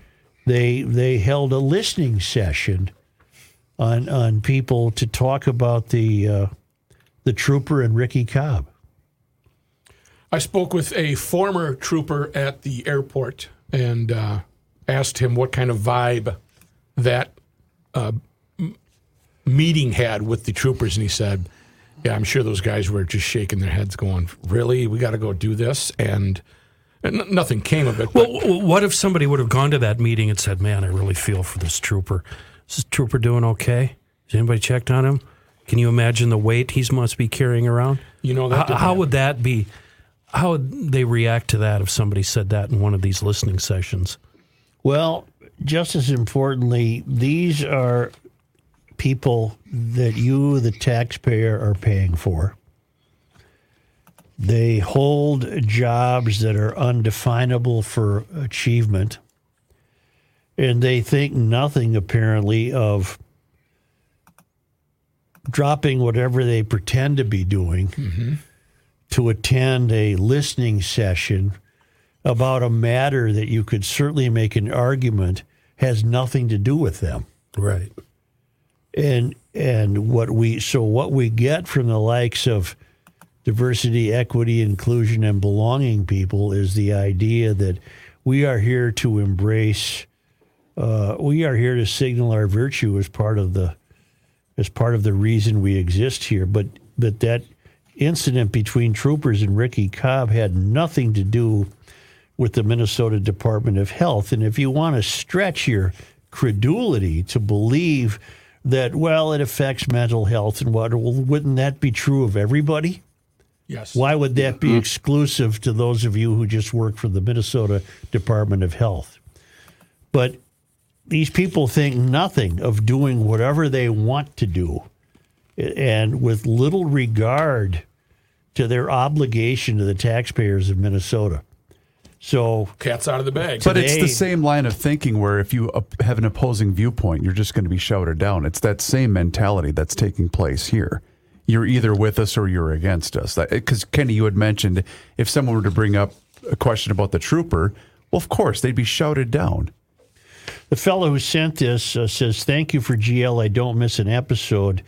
They they held a listening session on on people to talk about the uh, the trooper and Ricky Cobb. I spoke with a former trooper at the airport and uh, asked him what kind of vibe that uh, m- meeting had with the troopers, and he said, "Yeah, I'm sure those guys were just shaking their heads, going, really, we got to go do this,' and, and n- nothing came of it." Well, but- w- what if somebody would have gone to that meeting and said, "Man, I really feel for this trooper. Is this trooper doing okay? Has anybody checked on him? Can you imagine the weight he must be carrying around? You know, that how, didn't how happen. would that be? How would they react to that if somebody said that in one of these listening sessions? Well, just as importantly, these are people that you, the taxpayer, are paying for. They hold jobs that are undefinable for achievement. And they think nothing, apparently, of dropping whatever they pretend to be doing to attend a listening session about a matter that you could certainly make an argument has nothing to do with them. Right. And and what we so what we get from the likes of diversity, equity, inclusion and belonging people is the idea that we are here to embrace uh, we are here to signal our virtue as part of the as part of the reason we exist here. But but that incident between troopers and Ricky Cobb had nothing to do with the Minnesota Department of Health. And if you want to stretch your credulity to believe that well it affects mental health and what well, wouldn't that be true of everybody? Yes. Why would that be exclusive to those of you who just work for the Minnesota Department of Health? But these people think nothing of doing whatever they want to do and with little regard to their obligation to the taxpayers of Minnesota. So, Cat's out of the bag. But it's Today- the same line of thinking where if you op- have an opposing viewpoint, you're just going to be shouted down. It's that same mentality that's taking place here. You're either with us or you're against us. Because Kenny, you had mentioned if someone were to bring up a question about the trooper, well, of course they'd be shouted down. The fellow who sent this uh, says, Thank you for GL. I don't miss an episode.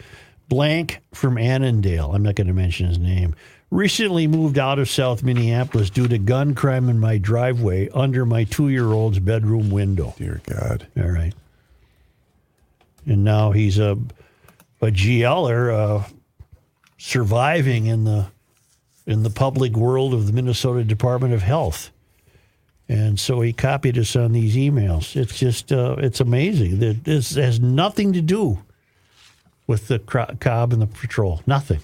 Blank from Annandale. I'm not going to mention his name. Recently moved out of South Minneapolis due to gun crime in my driveway under my two year old's bedroom window. Dear God, All right. And now he's a, a GLer uh, surviving in the in the public world of the Minnesota Department of Health. And so he copied us on these emails. It's just, uh, it's amazing that this has nothing to do with the cro- Cobb and the patrol. Nothing.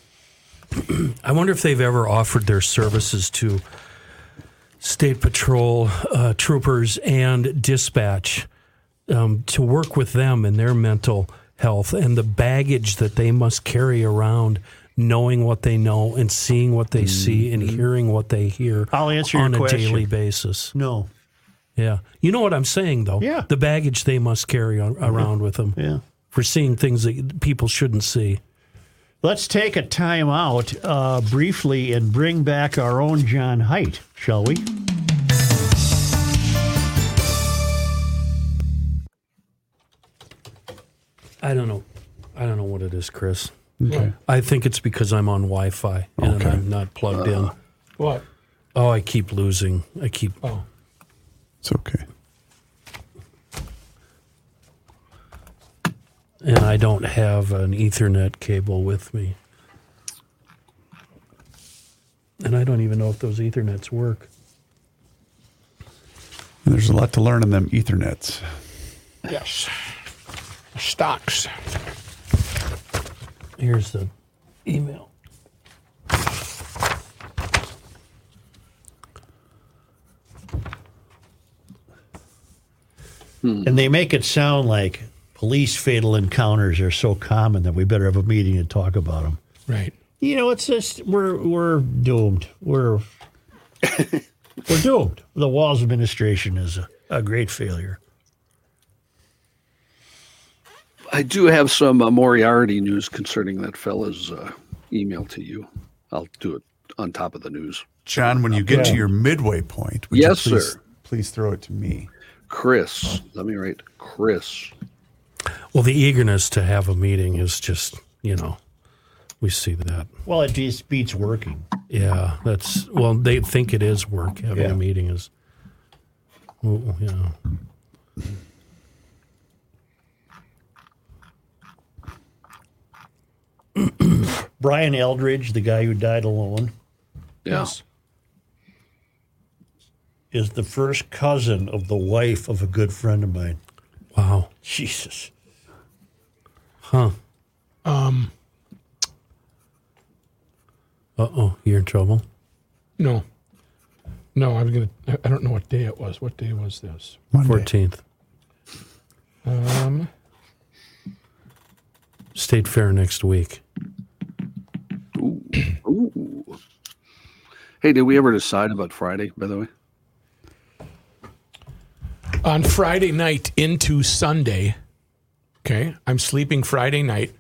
I wonder if they've ever offered their services to state patrol uh, troopers and dispatch um, to work with them in their mental health and the baggage that they must carry around, knowing what they know and seeing what they see and hearing what they hear Mm-hmm. I'll answer your on a question. daily basis. No. Yeah, you know what I'm saying though. Yeah. the baggage they must carry on, around with them Yeah. for seeing things that people shouldn't see. Let's take a time out uh, briefly and bring back our own John Height, shall we? I don't know. I don't know what it is, Chris. I think it's because I'm on Wi-Fi and I'm not plugged in. What? Oh, I keep losing. I keep. Oh. it's okay. and I don't have an Ethernet cable with me. And I don't even know if those Ethernets work. And there's a lot to learn in them Ethernets. Yes. Stocks. Here's the email. And they make it sound like police fatal encounters are so common that we better have a meeting and talk about them. Right. You know, it's just we're we're doomed. We're we're doomed. The Walls administration is a, a great failure. I do have some uh, Moriarty news concerning that fella's uh, email to you. I'll do it on top of the news. John, when you get to your midway point, would Yes, you please, sir. please throw it to me. Chris, let me write Chris. Well, the eagerness to have a meeting is just, you know, we see that. Well, it just beats working. Yeah, that's well. They think it is work having Yeah. a meeting is. Well, yeah. Brian Eldridge, the guy who died alone, Yeah. is the first cousin of the wife of a good friend of mine. Wow. Jesus. Huh. Um. Uh oh, you're in trouble. No. No, I was gonna. I- I don't know what day it was. What day was this? Fourteenth. Um, State Fair next week. Ooh. Hey, did we ever decide about Friday, by the way? on Friday night into Sunday. Okay, I'm sleeping Friday night,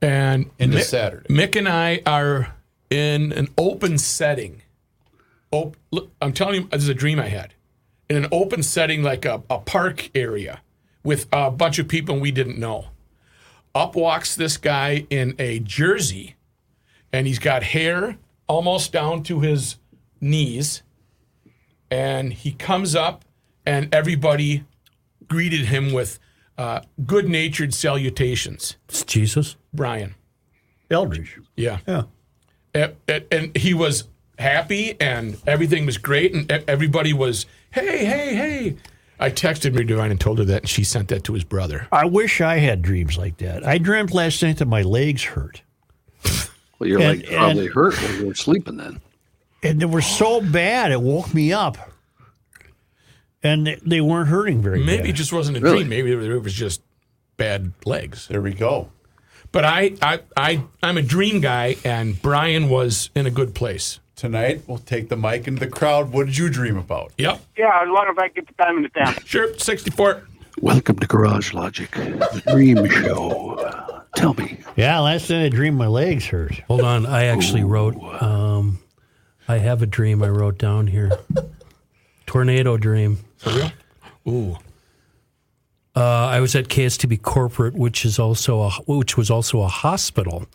and Into Mi- Saturday. Mick and I are in an open setting. Oh, look, I'm telling you, this is a dream I had. In an open setting, like a, a park area, with a bunch of people we didn't know. Up walks this guy in a jersey, and he's got hair almost down to his knees. And he comes up, and everybody greeted him with uh, good natured salutations. It's Jesus. Brian. Eldridge. Yeah. Yeah. And, and- and he was happy and everything was great and e- everybody was, hey, hey, hey. I texted Mary Divine and told her that and she sent that to his brother. I wish I had dreams like that. I dreamt last night that my legs hurt. Well, you're And- like probably and- hurt when you were sleeping then. and they were so bad it woke me up. And they- they weren't hurting very Maybe it bad. just wasn't a Really? dream. Maybe it was just bad legs. There we go. But I, I, I, I'm a dream guy and Brian was in a good place. Tonight, we'll take the mic into the crowd. What did you dream about? Yep. Yeah, I was wondering if I could get the time in the town. Sure. 64. Welcome to Garage Logic, the dream show. Tell me, yeah, last night I dreamed my legs hurt. Hold on. I actually wrote. Um, I have a dream. I wrote down here. Tornado dream. For real? Ooh. Uh, I was at KSTB Corporate, which is also a which was also a hospital.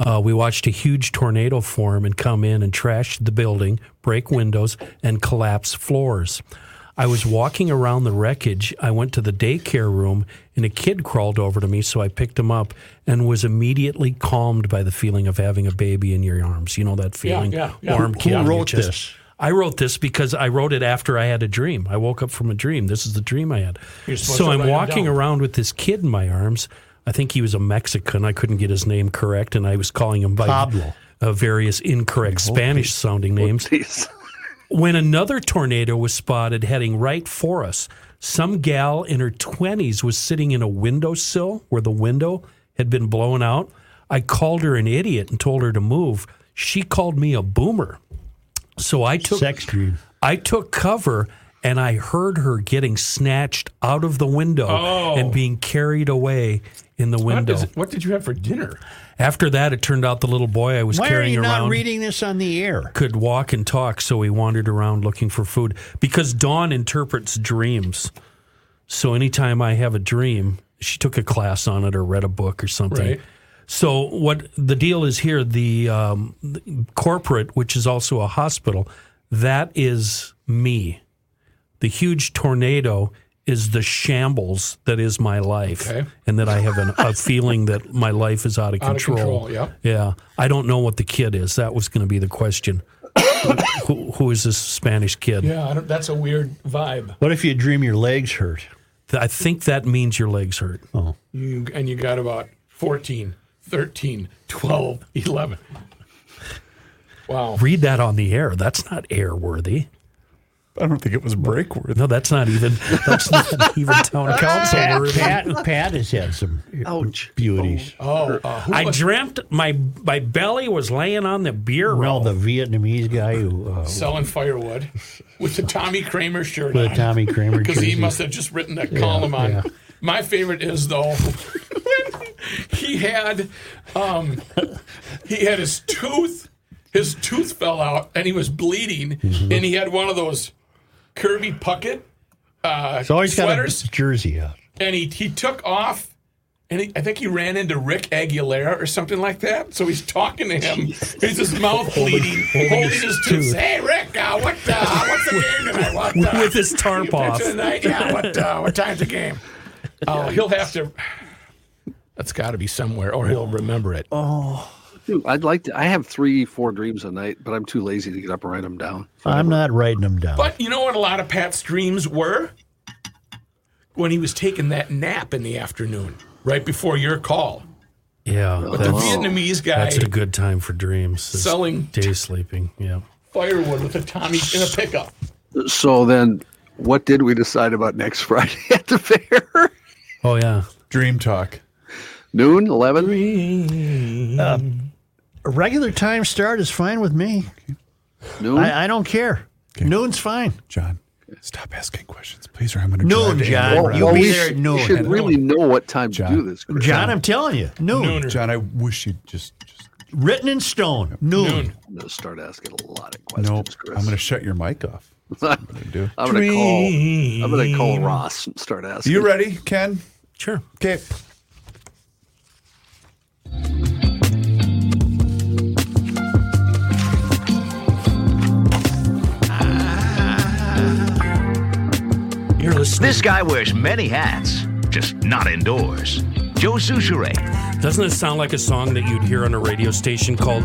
Uh, we watched a huge tornado form and come in and trash the building, break windows, and collapse floors. I was walking around the wreckage. I went to the daycare room, and a kid crawled over to me, so I picked him up and was immediately calmed by the feeling of having a baby in your arms. You know that feeling, yeah, yeah. warm Who- kid. who on your wrote chest. this? I wrote this because I wrote it after I had a dream. I woke up from a dream. This is the dream I had. supposed So to I'm write it walking down. around with this kid in my arms. I think he was a Mexican. I couldn't get his name correct, and I was calling him by Pablo. uh, various incorrect Oh, Spanish sounding names. please. When another tornado was spotted heading right for us, some gal in her 20s was sitting in a windowsill where the window had been blown out. I called her an idiot and told her to move. She called me a boomer. So I took Sex dream. I took cover and I heard her getting snatched out of the window Oh. and being carried away in the What, window. is, what did you have for dinner? After that, it turned out the little boy I was Why are carrying you around not reading this on the air? could walk and talk, so he wandered around looking for food because Dawn interprets dreams. So anytime I have a dream, she took a class on it or read a book or something. Right. So what the deal is here? The, um, the corporate, which is also a hospital, that is me. The huge tornado is the shambles that is my life, Okay. and that I have an, a feeling that my life is out of Out of control. control, yeah. Yeah, I don't know what the kid is. That was going to be the question. who, who is this Spanish kid? Yeah, I don't, that's a weird vibe. What if you dream your legs hurt? I think that means your legs hurt. You, and you got about 14, 13, 12, 11. Wow. Read that on the air. That's not airworthy. I don't think it was break worthy. No, that's not even. That's not even town council worthy. Pat, Pat has had some Ouch. beauties. Oh, uh, who I was- dreamt my my belly was laying on the beer Well, roll. the Vietnamese guy who uh, selling firewood with the Tommy Kramer shirt with a on. Tommy Kramer because he jersey. must have just written that column on. yeah. My favorite is though he had um, he had his tooth his tooth fell out and he was bleeding Mm-hmm. and he had one of those Kirby Puckett uh, He's always got a sweaters jersey out. and he he took off. And he, I think he ran into Rick Aguilera or something like that. So he's talking to him. He's his mouth bleeding, holding, his, tooth. Hey, Rick, uh, what uh, what's the game tonight? What, uh, With his tarp you pitching off." Tonight? Yeah, what, uh, what time's the game? Oh, he'll have to. That's got to be somewhere, or he'll remember it. Dude, I'd like to. I have three, four dreams a night, but I'm too lazy to get up and write them down. I'm not writing them down. But you know what? A lot of Pat's dreams were when he was taking that nap in the afternoon, right before your call. yeah, The that's, Vietnamese guy. that's a good time for dreams. is Selling- day sleeping. Yeah, firewood with a Tommy in a pickup. So then, what did we decide about next Friday at the fair? Oh yeah. Dream talk. Noon, eleven. A regular time start is fine with me. Noon. I, I don't care. Noon's fine. John, stop asking questions, please, or I'm going to Noon, John. You Well, be we there sh- at noon. Oh, You should really know what time John. to do this. Chris. John, I'm telling you, noon. John, I wish you'd just, just Written in stone, noon. I'm going to start asking a lot of questions, no. Chris. I'm going to shut your mic off. That's what I'm going to do. I'm gonna call. I'm gonna call Ross and start asking. You ready, Ken? Sure. Okay. You're listening. This guy wears many hats, just not indoors. Joe Souchere, Doesn't it sound like a song that you'd hear on a radio station called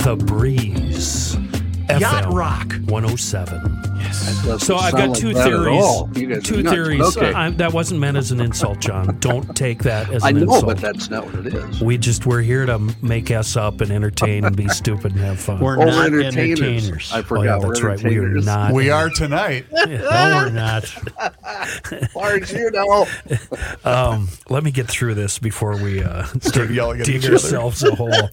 The Breeze? Yacht FM Rock. 107. Doesn't So sound I've got like two that at all. You theories. guys are Two nuts. theories. Okay. I, that wasn't meant as an insult, John. Don't take that as an I know, insult. but that's not what it is. we just we're here to make us up and entertain and be stupid and have fun. We're Oh, not we're entertainers. entertainers. I Oh, yeah, forgot. that's we're right. We are entertainers. not. We are tonight. no, we're not. Aren't you know? Um, let me get through this before we uh, Start dig- yelling at dig each other. ourselves a hole.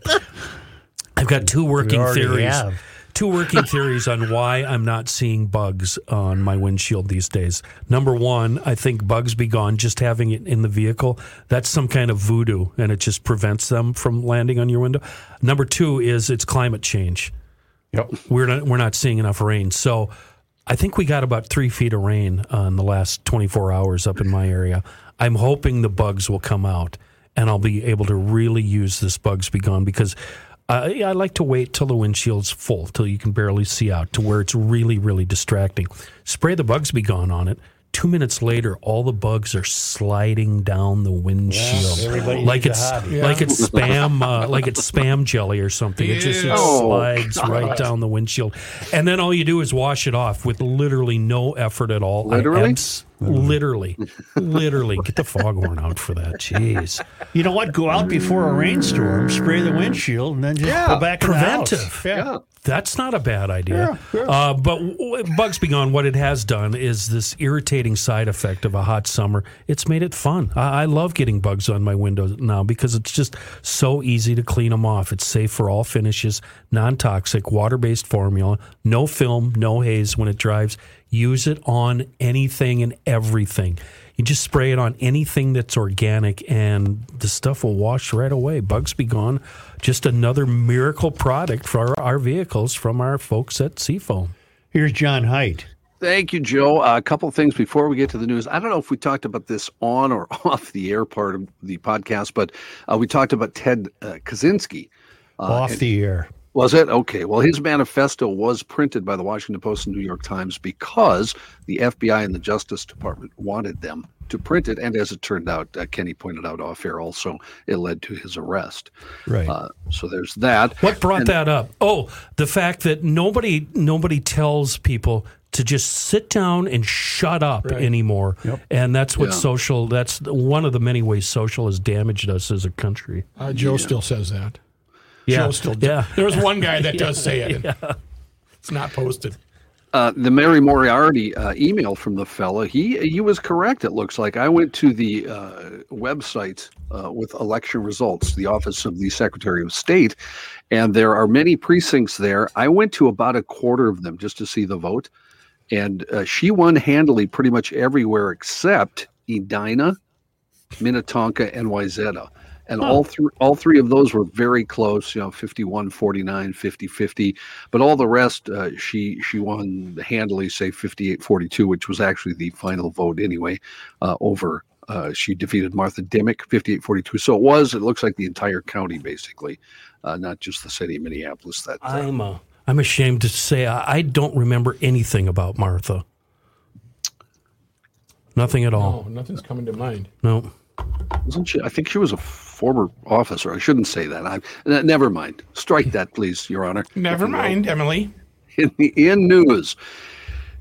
I've got two working already theories. have. Two working theories on why I'm not seeing bugs on my windshield these days. Number one, I think bugs be gone just having it in the vehicle. That's some kind of voodoo, and it just prevents them from landing on your window. Number two is it's climate change Yep. we're not we're not seeing enough rain. So I think we got about three feet of rain on the last 24 hours up in my area. I'm hoping the bugs will come out and I'll be able to really use this bugs be gone because I, I like to wait till the windshield's full, till you can barely see out, to where it's really really distracting. Spray the bugs be gone on it. Two minutes later, all the bugs are sliding down the windshield everybody like needs a it's hobby. like it's spam uh, like it's spam jelly or something. It just it Oh, slides right down the windshield, and then all you do is wash it off with literally no effort at all. I Literally? abs- literally, literally. Get the foghorn out for that. Jeez, You know what? Go out before a rainstorm, spray the windshield, and then just go back in the house. Preventive. Yeah. that's not a bad idea. Uh, but w- bugs be gone. What it has done is this irritating side effect of a hot summer. It's made it fun. I, I love getting bugs on my windows now because it's just so easy to clean them off. It's safe for all finishes, non-toxic, water-based formula, no film, no haze when it drives. Use it on anything and everything. You just spray it on anything that's organic, and the stuff will wash right away. Bugs be gone. Just another miracle product for our, our vehicles from our folks at Seafoam. Here's John Height. Thank you, Joe. Uh, a couple things before we get to the news. I don't know if we talked about this on or off the air part of the podcast, but uh, we talked about Ted uh, Kaczynski. off the air. Was it? Okay. Well, his manifesto was printed by the Washington Post and New York Times because the FBI and the Justice Department wanted them to print it. And as it turned out, uh, Kenny pointed out off air also, it led to his arrest. Right. Uh, so there's that. What brought that up? Oh, the fact that nobody nobody tells people to just sit down and shut up anymore. And that's what social that's one of the many ways social has damaged us as a country. Uh, Joe still says that. Yeah. Joe still Yeah. There's one guy that does say it. and It's not posted. uh, the Mary Moriarty uh, email from the fella, he he was correct. It looks like I went to the uh, website uh, with election results, the office of the Secretary of State, and there are many precincts there. I went to about a quarter of them just to see the vote, and uh, she won handily pretty much everywhere except Edina, Minnetonka, and Wayzata. And all three all three of those were very close, you know, 51, 49, 50, 50. But all the rest, uh, she she won handily, say 58, 42, which was actually the final vote anyway, uh, over. Uh, she defeated Martha Dimmick, 58, 42. So it was, it looks like the entire county, basically, uh, not just the city of Minneapolis. That uh, I'm uh, I'm ashamed to say I, I don't remember anything about Martha. Nothing at all. Oh, nothing's coming to mind. No. wasn't she? I think she was a former officer. I shouldn't say that. I, n- never mind. Strike that, please, Your Honor. Never mind, Emily. in the in news.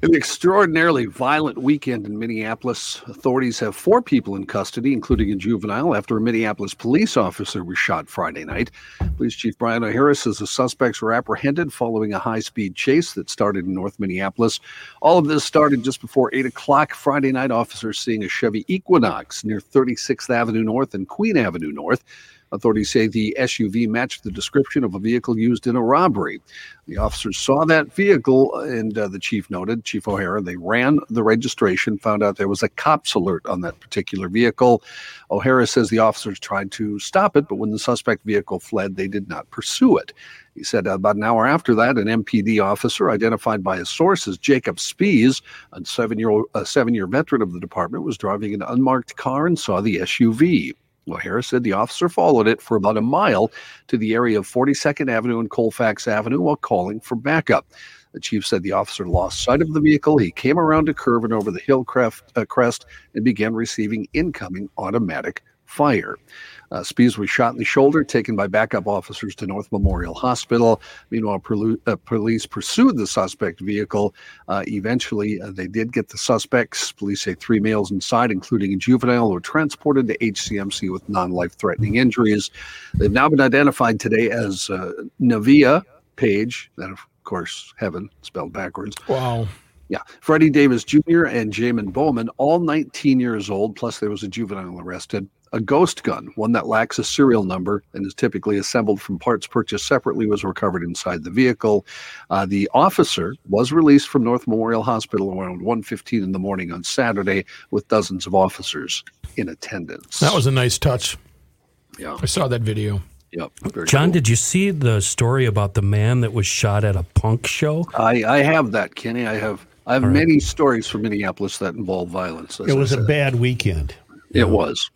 An extraordinarily violent weekend in Minneapolis. Authorities have four people in custody, including a juvenile, after a Minneapolis police officer was shot Friday night. Police Chief Brian O'Hara says the suspects were apprehended following a high speed chase that started in North Minneapolis. All of this started just before 8 o'clock Friday night. Officers seeing a Chevy Equinox near 36th Avenue North and Queen Avenue North. Authorities say the SUV matched the description of a vehicle used in a robbery. The officers saw that vehicle, and uh, the chief noted, Chief O'Hara, they ran the registration, found out there was a cops alert on that particular vehicle. O'Hara says the officers tried to stop it, but when the suspect vehicle fled, they did not pursue it. He said about an hour after that, an MPD officer identified by his source as Jacob Spees, a seven-year-old, a seven-year veteran of the department, was driving an unmarked car and saw the SUV. Well, Harris said the officer followed it for about a mile to the area of 42nd Avenue and Colfax Avenue while calling for backup. The chief said the officer lost sight of the vehicle. He came around a curve and over the hill crest, uh, crest and began receiving incoming automatic fire. Uh, Spees was shot in the shoulder, taken by backup officers to North Memorial Hospital. Meanwhile, perlu- uh, police pursued the suspect vehicle. Uh, eventually, uh, they did get the suspects. Police say three males inside, including a juvenile, were transported to HCMC with non life threatening injuries. They've now been identified today as uh, Navia Page, that of course, heaven spelled backwards. Wow. Yeah, Freddie Davis Jr. and Jamin Bowman, all 19 years old, plus there was a juvenile arrested. A ghost gun, one that lacks a serial number and is typically assembled from parts purchased separately, was recovered inside the vehicle. Uh, the officer was released from North Memorial Hospital around 1.15 in the morning on Saturday with dozens of officers in attendance. That was a nice touch. Yeah. I saw that video. Yep. very John, cool. did you see the story about the man that was shot at a punk show? I, I have that, Kenny. I have I have many stories from Minneapolis that involve violence. as It I was a said. bad weekend. It was.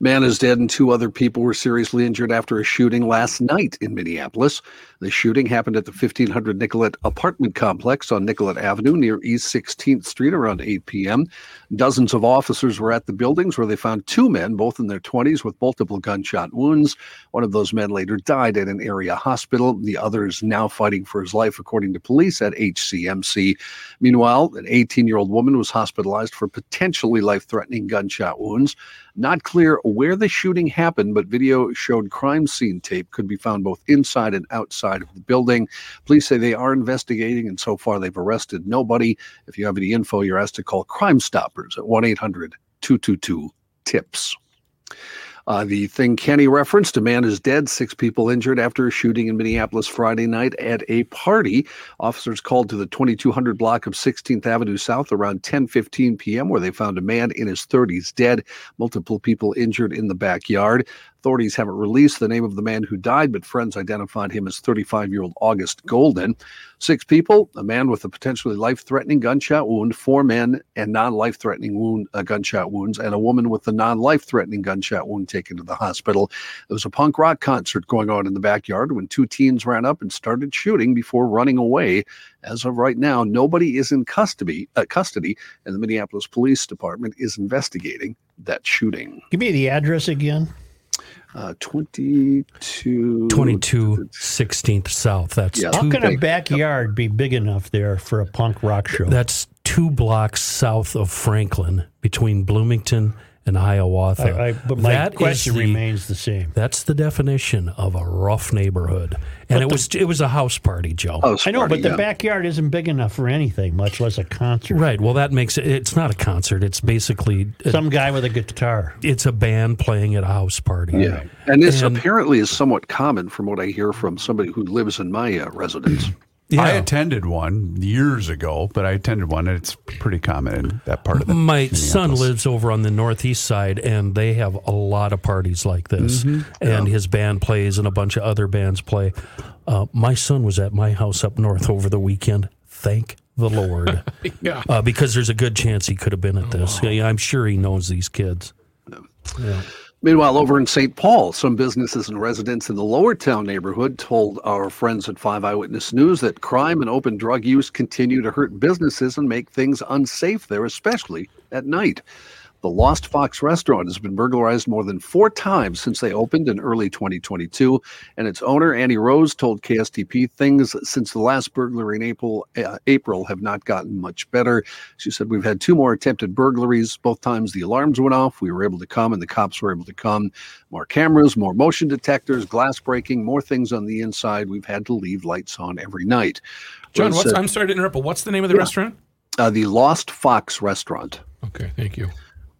Man is dead and two other people were seriously injured after a shooting last night in Minneapolis. The shooting happened at the 1500 Nicollet apartment complex on Nicollet Avenue near East 16th Street around 8 p.m. Dozens of officers were at the buildings where they found two men, both in their 20s, with multiple gunshot wounds. One of those men later died at an area hospital. The other is now fighting for his life, according to police at HCMC. Meanwhile, an 18 year old woman was hospitalized for potentially life threatening gunshot wounds. Not clear where the shooting happened, but video showed crime scene tape could be found both inside and outside of the building. Police say they are investigating, and so far they've arrested nobody. If you have any info, you're asked to call Crime Stoppers at 1 800 222 TIPS. Uh, the thing Kenny referenced a man is dead, six people injured after a shooting in Minneapolis Friday night at a party. Officers called to the 2200 block of 16th Avenue South around 10:15 p.m., where they found a man in his 30s dead, multiple people injured in the backyard. Authorities haven't released the name of the man who died, but friends identified him as 35 year old August Golden. Six people, a man with a potentially life threatening gunshot wound, four men and non life threatening wound, uh, gunshot wounds, and a woman with a non life threatening gunshot wound taken to the hospital. There was a punk rock concert going on in the backyard when two teens ran up and started shooting before running away. As of right now, nobody is in custody, uh, custody and the Minneapolis Police Department is investigating that shooting. Give me the address again. Uh, 22. 22 16th South. That's Yeah. How two, can a backyard be big enough there for a punk rock show? that's two blocks south of Franklin between Bloomington and Hiawatha. I, I, but my That is question the- remains the same. That's the definition of a rough neighborhood. And it was it was a house party, Joe. House I know, party, but the yeah. backyard isn't big enough for anything, much less a concert. Right. Well, that makes it it's not a concert. It's basically Some guy with a guitar. it's a band playing at a house party. Yeah. And this And- apparently is somewhat common from what I hear from somebody who lives in my uh, residence. Yeah. I attended one years ago, but I attended one, and it's pretty common in that part of the. My son Minneapolis. lives over on the northeast side, and they have a lot of parties like this. And his band plays, and a bunch of other bands play. Uh, my son was at my house up north over the weekend. Thank the Lord, Yeah. uh, because there's a good chance he could have been at this. Yeah, I'm sure he knows these kids. Meanwhile, over in St. Paul, some businesses and residents in the Lower Town neighborhood told our friends at Five Eyewitness News that crime and open drug use continue to hurt businesses and make things unsafe there, especially at night. The Lost Fox restaurant has been burglarized more than four times since they opened in early 2022, and its owner, Annie Rose, told KSTP things since the last burglary in April, uh, April have not gotten much better. She said, We've had two more attempted burglaries. Both times the alarms went off. We were able to come, and the cops were able to come. More cameras, more motion detectors, glass breaking, more things on the inside. We've had to leave lights on every night. John, Rose what's, said, I'm sorry to interrupt, but what's the name of the Yeah. restaurant? uh, the Lost Fox restaurant. Okay, thank you.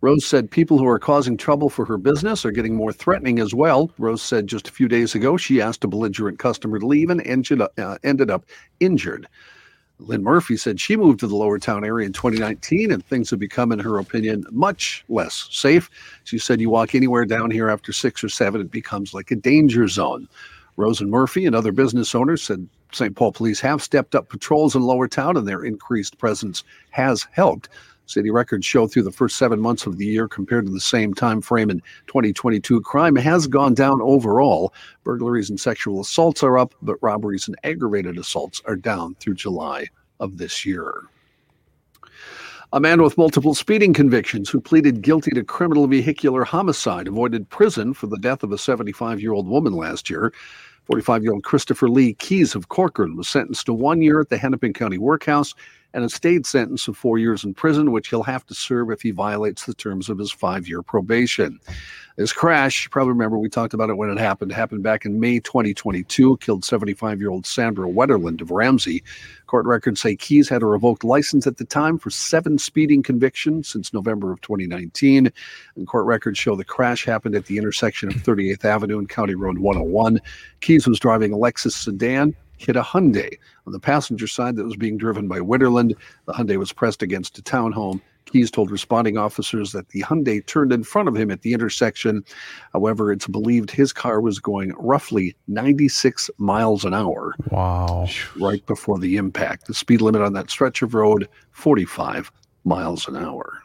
Rose said people who are causing trouble for her business are getting more threatening as well. Rose said just a few days ago she asked a belligerent customer to leave and ended up, uh, ended up injured. Lynn Murphy said she moved to the Lower Town area in 2019 and things have become, in her opinion, much less safe. She said you walk anywhere down here after six or seven, it becomes like a danger zone. Rose and Murphy and other business owners said St. Paul police have stepped up patrols in Lower Town and their increased presence has helped. City records show through the first seven months of the year compared to the same time frame in 2022, crime has gone down overall. Burglaries and sexual assaults are up, but robberies and aggravated assaults are down through July of this year. A man with multiple speeding convictions who pleaded guilty to criminal vehicular homicide avoided prison for the death of a 75 year old woman last year. 45 year old Christopher Lee Keys of Corcoran was sentenced to one year at the Hennepin County Workhouse and a stayed sentence of four years in prison, which he'll have to serve if he violates the terms of his five year probation. This crash, you probably remember we talked about it when it happened, happened back in May 2022, killed 75 year old Sandra Wetterland of Ramsey. Court records say Keys had a revoked license at the time for seven speeding convictions since November of 2019. And court records show the crash happened at the intersection of 38th Avenue and County Road 101. Keys was driving a Lexus sedan, hit a Hyundai on the passenger side that was being driven by Witterland. The Hyundai was pressed against a townhome. Keys told responding officers that the Hyundai turned in front of him at the intersection. However, it's believed his car was going roughly 96 miles an hour. Wow. Right before the impact. The speed limit on that stretch of road, 45 miles an hour.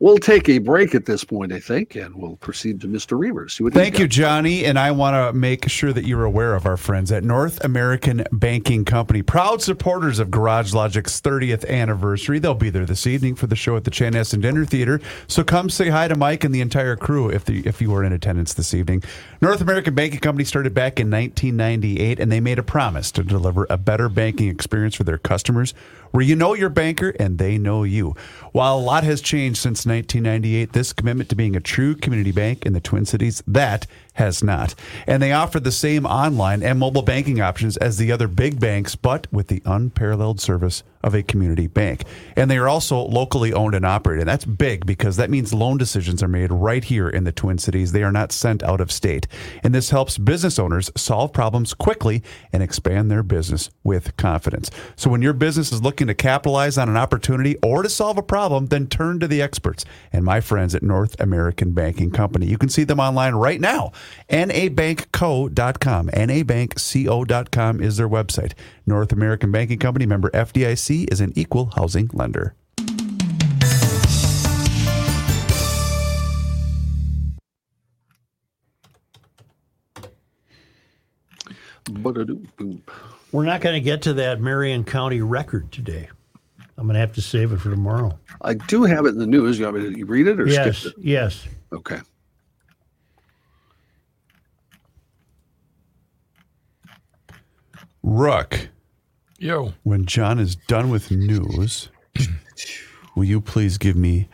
We'll take a break at this point, I think, and we'll proceed to Mr. Reavers. See what he's Thank you, Johnny. And I want to make sure that you're aware of our friends at North American Banking Company, proud supporters of Garage Logic's 30th anniversary. They'll be there this evening for the show at the Chan Essen Dinner Theater. So come say hi to Mike and the entire crew if the, if you were in attendance this evening. North American Banking Company started back in 1998, and they made a promise to deliver a better banking experience for their customers where you know your banker and they know you. While a lot has changed since 1998, this commitment to being a true community bank in the Twin Cities that has not. And they offer the same online and mobile banking options as the other big banks but with the unparalleled service of a community bank. And they are also locally owned and operated. That's big because that means loan decisions are made right here in the Twin Cities. They are not sent out of state. And this helps business owners solve problems quickly and expand their business with confidence. So when your business is looking to capitalize on an opportunity or to solve a problem, then turn to the experts and my friends at North American Banking Company. You can see them online right now. NABankCo.com. NABankCo.com is their website. North American Banking Company member FDIC is an equal housing lender. We're not going to get to that Marion County record today. I'm going to have to save it for tomorrow. I do have it in the news. You want me to you read it or yes, skip it? yes. Okay. Rook. Yo. When John is done with news, will you please give me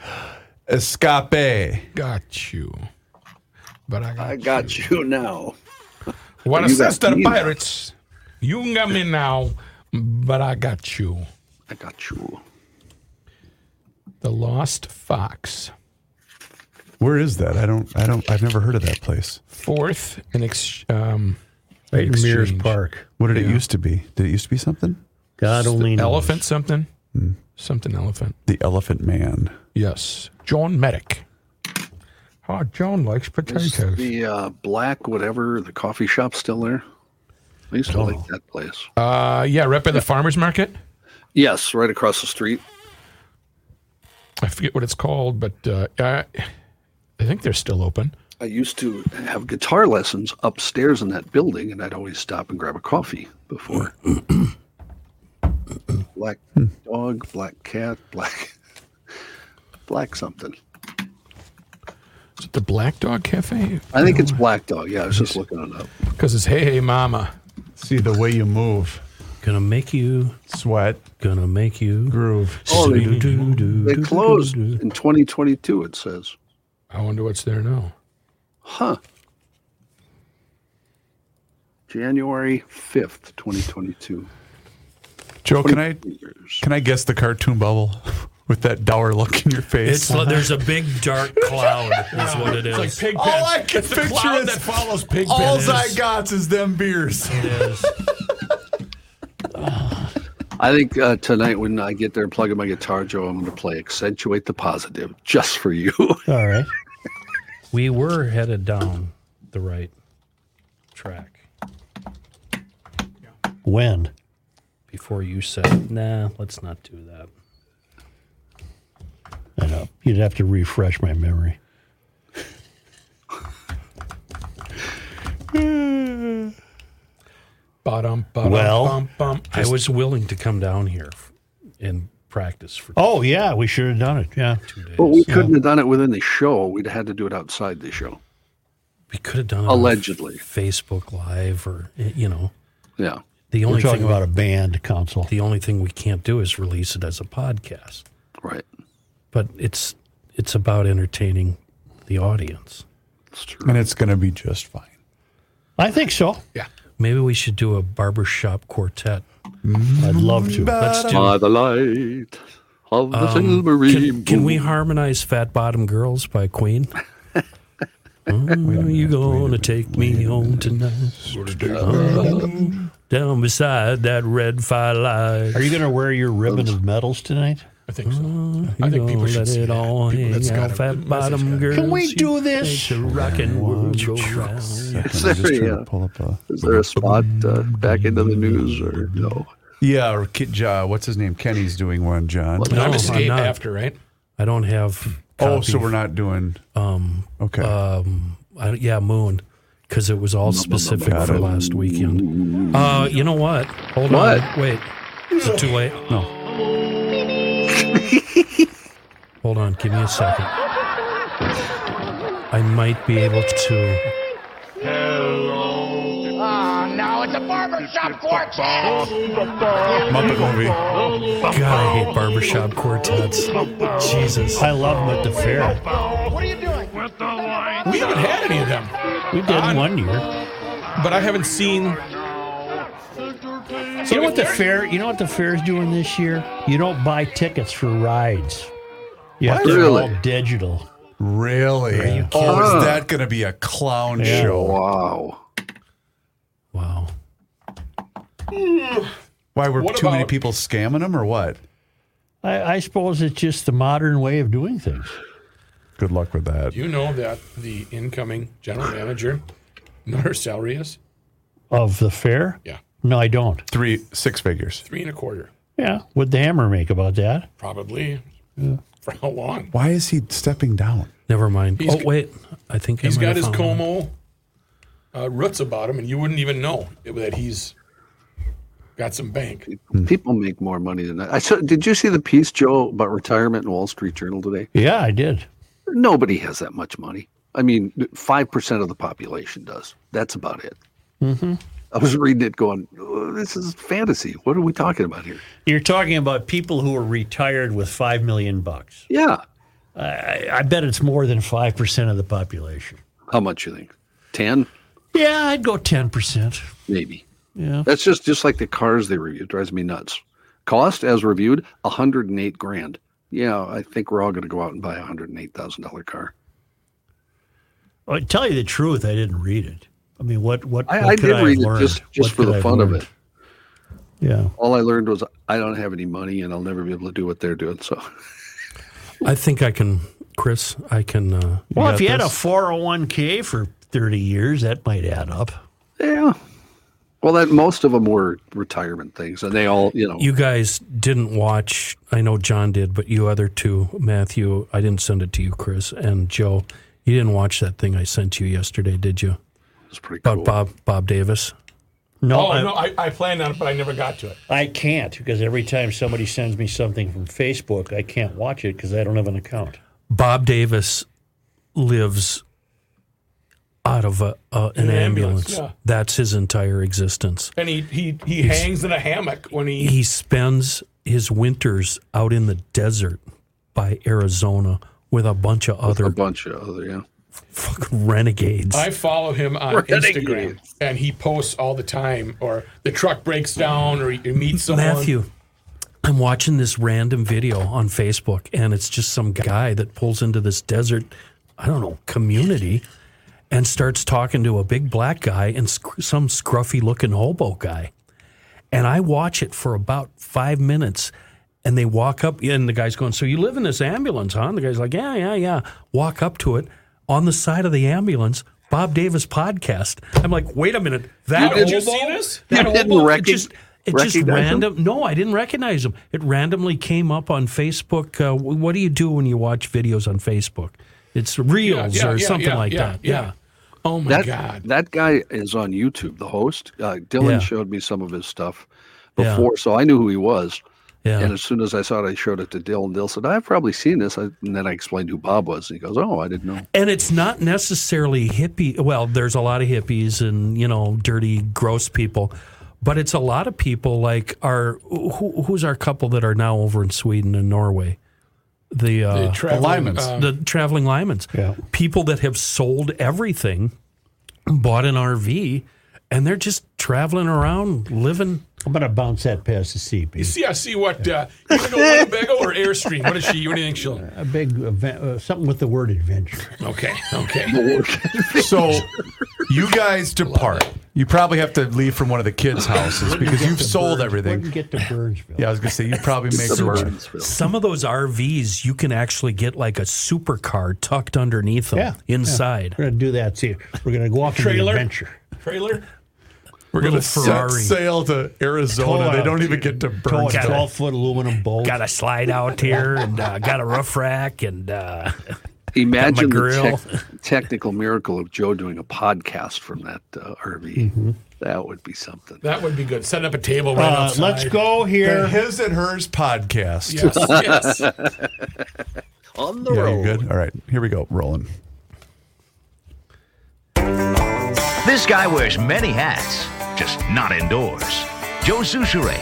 escape? Got you. But I got, I got you, now. What a You got sister me. pirates. You got me now, but I got you. I got you. The Lost Fox. Where is that? I don't. I don't. I've never heard of that place. Fourth and ex- um, Right in Mears exchange. Park. What did it Yeah. used to be? Did it used to be something? God only knows. Elephant something? Something elephant. The Elephant Man. Yes. John Medic. Oh, John likes Is potatoes. the uh, black whatever the coffee shop still there? I used to like that place. Uh, yeah, right by the farmer's market. Yes, right across the street. I forget what it's called, but uh, I, I think they're still open. I used to have guitar lessons upstairs in that building, and I'd always stop and grab a coffee before. black dog, black cat, black Black something. Is it the Black Dog Cafe? I think it's Black Dog. Yeah, I was just looking it up. Because it's Hey Hey Mama. See the way you move. Gonna make you sweat. Gonna make you groove. Oh, they, Do-do-do-do-do-do-do. they closed in 2022, it says. I wonder what's there now. Huh. January 5th, 2022. Joe, can I can I guess the cartoon bubble with that dour look in your face? It's like there's a big dark cloud, is what it is. It's like Pigpen. all I can it's the picture cloud is that follows Pigpen. all I got is them beers. It is. I think uh, tonight when I get there and plug in my guitar, Joe, I'm going to play Accentuate the Positive just for you. All right. We were headed down the right track When? before you said, nah, let's not do that. I know. You'd have to refresh my memory. Ba-dum, ba-dum, Well, bum, bum. I was willing to come down here f- and practice for Oh, yeah. We should have done it. Yeah. two days. but we couldn't have done it within the show. We'd had to do it outside the show. we could have done it Allegedly. on Facebook Live or you know Yeah. the We're only talking thing about a band council. the only thing we can't do is release it as a podcast. Right. But it's it's about entertaining the audience. It's true. And it's gonna be just fine. I think so. Maybe we should do a barbershop quartet. I'd love to. Let's do By the light of the silvery Um, Can, can we moon. harmonize "Fat Bottom Girls" by Queen? Oh, you gonna take me home tonight? Oh, down beside that red firelight. Are you going to wear your ribbon of medals tonight? I think so. You I think people gonna should let see it that. all People- hang that's out. gotta- the Fat message bottom gotta- girls. Can we you do make this? the rockin' world go round. Is there, a, is there a spot uh, back into the news or no? Yeah, or Kid, Ja- what's his name? Kenny's doing one, John. No, I'm I'm escape not. after, right? I don't have. Oh, copy. so we're not doing. Um, Okay. um, I, yeah, Moon, because it was all specific Got for it. last weekend. Uh, you know what? Hold What? on. Wait. Is it too late? No. Hold on. Give me a second. I might be able to. Muppet movie. God, I hate barbershop quartets. Jesus. I love them at the fair. We haven't had any of them, We did one year. but I haven't seen. You know what the fair? You know what the fair is doing this year? You don't buy tickets for rides. Yeah, What? they're Really? all digital. Really? Oh, is that going to be a clown show? Wow. Wow. Why were What too many about- people scamming them or what? I, I suppose it's just the modern way of doing things. Good luck with that. You know that the incoming general manager, you know what her salary is Of the fair? Yeah. No, I don't. Three six figures. three and a quarter, Yeah. What'd the hammer make about that? probably. For how long? Why is he stepping down? Never mind. He's- oh, wait. I think I He's might got have his found one. Como uh, roots about him, and you wouldn't even know that he's got some bank. Hmm. People make more money than that. I saw, did you see the piece, Joe, about retirement in Wall Street Journal today? Yeah, I did. Nobody has that much money. I mean, 5% of the population does. That's about it. Mm-hmm. I was reading it going, "Oh, this is fantasy. What are we talking about here? You're talking about people who are retired with five million bucks. Yeah. I, I bet it's more than five percent of the population. How much you think? 10? Yeah, I'd go ten percent. Maybe. Yeah. That's just just like the cars they review. It drives me nuts. Cost as reviewed, 108 grand. Yeah, I think we're all going to go out and buy a $108,000 car. Well, to tell you the truth, I didn't read it. I mean, what what, I, what I could did have read it learned? just, just for What could I the have fun of learned? it. Yeah. All I learned was I don't have any money and I'll never be able to do what they're doing. So I think I can, Chris. I can. Uh, Well, got if you had a this? 401k for 30 years, that might add up. Yeah. Well, that most of them were retirement things, and they all, you know, you guys didn't watch. I know John did, but you other two, Matthew, I didn't send it to you, Chris and Joe. You didn't watch that thing I sent you yesterday, did you? it's pretty About cool. Bob Bob Davis. No, oh, I- no, I, I planned on it, but I never got to it. I can't because every time somebody sends me something from Facebook, I can't watch it because I don't have an account. Bob Davis lives out of a, a, an, An ambulance, ambulance. yeah. That's his entire existence. And he he, he He's- hangs in a hammock when he, He spends his winters out in the desert by Arizona with a bunch of other a bunch of other yeah fucking renegades. I follow him on Instagram, and he posts all the time. Or the truck breaks down, or he, he meets someone. Matthew, I'm watching this random video on Facebook, and it's just some guy that pulls into this desert, I don't know, community, and starts talking to a big black guy and sc- some scruffy looking hobo guy. And I watch it for about five minutes. And they walk up, and the guy's going, So you live in this ambulance, huh? And the guy's like, Yeah, yeah, yeah. Walk up to it. On the side of the ambulance, Bob Davis podcast. I'm like, Wait a minute. That did you hobo? see this? That You didn't hobo? recog- it just, it recognize just him? random. No, I didn't recognize him. It randomly came up on Facebook. Uh, wh- what do you do when you watch videos on Facebook? It's reels yeah, or yeah, something yeah, like yeah, that. yeah. Yeah. Oh my that god! that guy is on YouTube. The host uh, Dylan Yeah. showed me some of his stuff Yeah. before, so I knew who he was. Yeah. And as soon as I saw it, I showed it to Dylan. Dylan said, "I've probably seen this," I, and then I explained who Bob was. And he goes, "Oh, I didn't know." And it's not necessarily hippie. Well, there's a lot of hippies and you know dirty, gross people, but it's a lot of people like our who, who's our couple that are now over in Sweden and Norway, the uh, The traveling, Lyman's. um, the traveling Lyman's, Yeah. people that have sold everything, bought an RV, and they're just traveling around living. I'm going to bounce that past the CP. see, I see what uh, you wanna go Winnebago or Airstream. What is she? What do you think she'll? A big event, uh, something with the word adventure. Okay, okay. So you guys depart. You probably have to leave from one of the kids' houses because you've sold Wouldn't everything. get to Burnsville. Yeah, I was gonna say you probably make the Suburban bird. Springfield. Some of those RVs, you can actually get like a supercar tucked underneath them Yeah, inside. We're going to do that too. We're going to go off into the Trailer? adventure. Trailer. We're gonna Little set Ferrari. sail to Arizona. Tow Oh, they out, don't even get to Tow a Burns. 12 foot aluminum boat. got a slide out here and uh, got a roof rack and uh, Imagine grill. the tec- technical miracle of Joe doing a podcast from that uh, RV. Mm-hmm. That would be something. That would be good. Set up a table right Uh, outside. let's go The here. his and hers podcast. Yes, yes. On the Yeah, road. you're good. All right, here we go. Rolling. This guy wears many hats, just not indoors. Joe Souchere,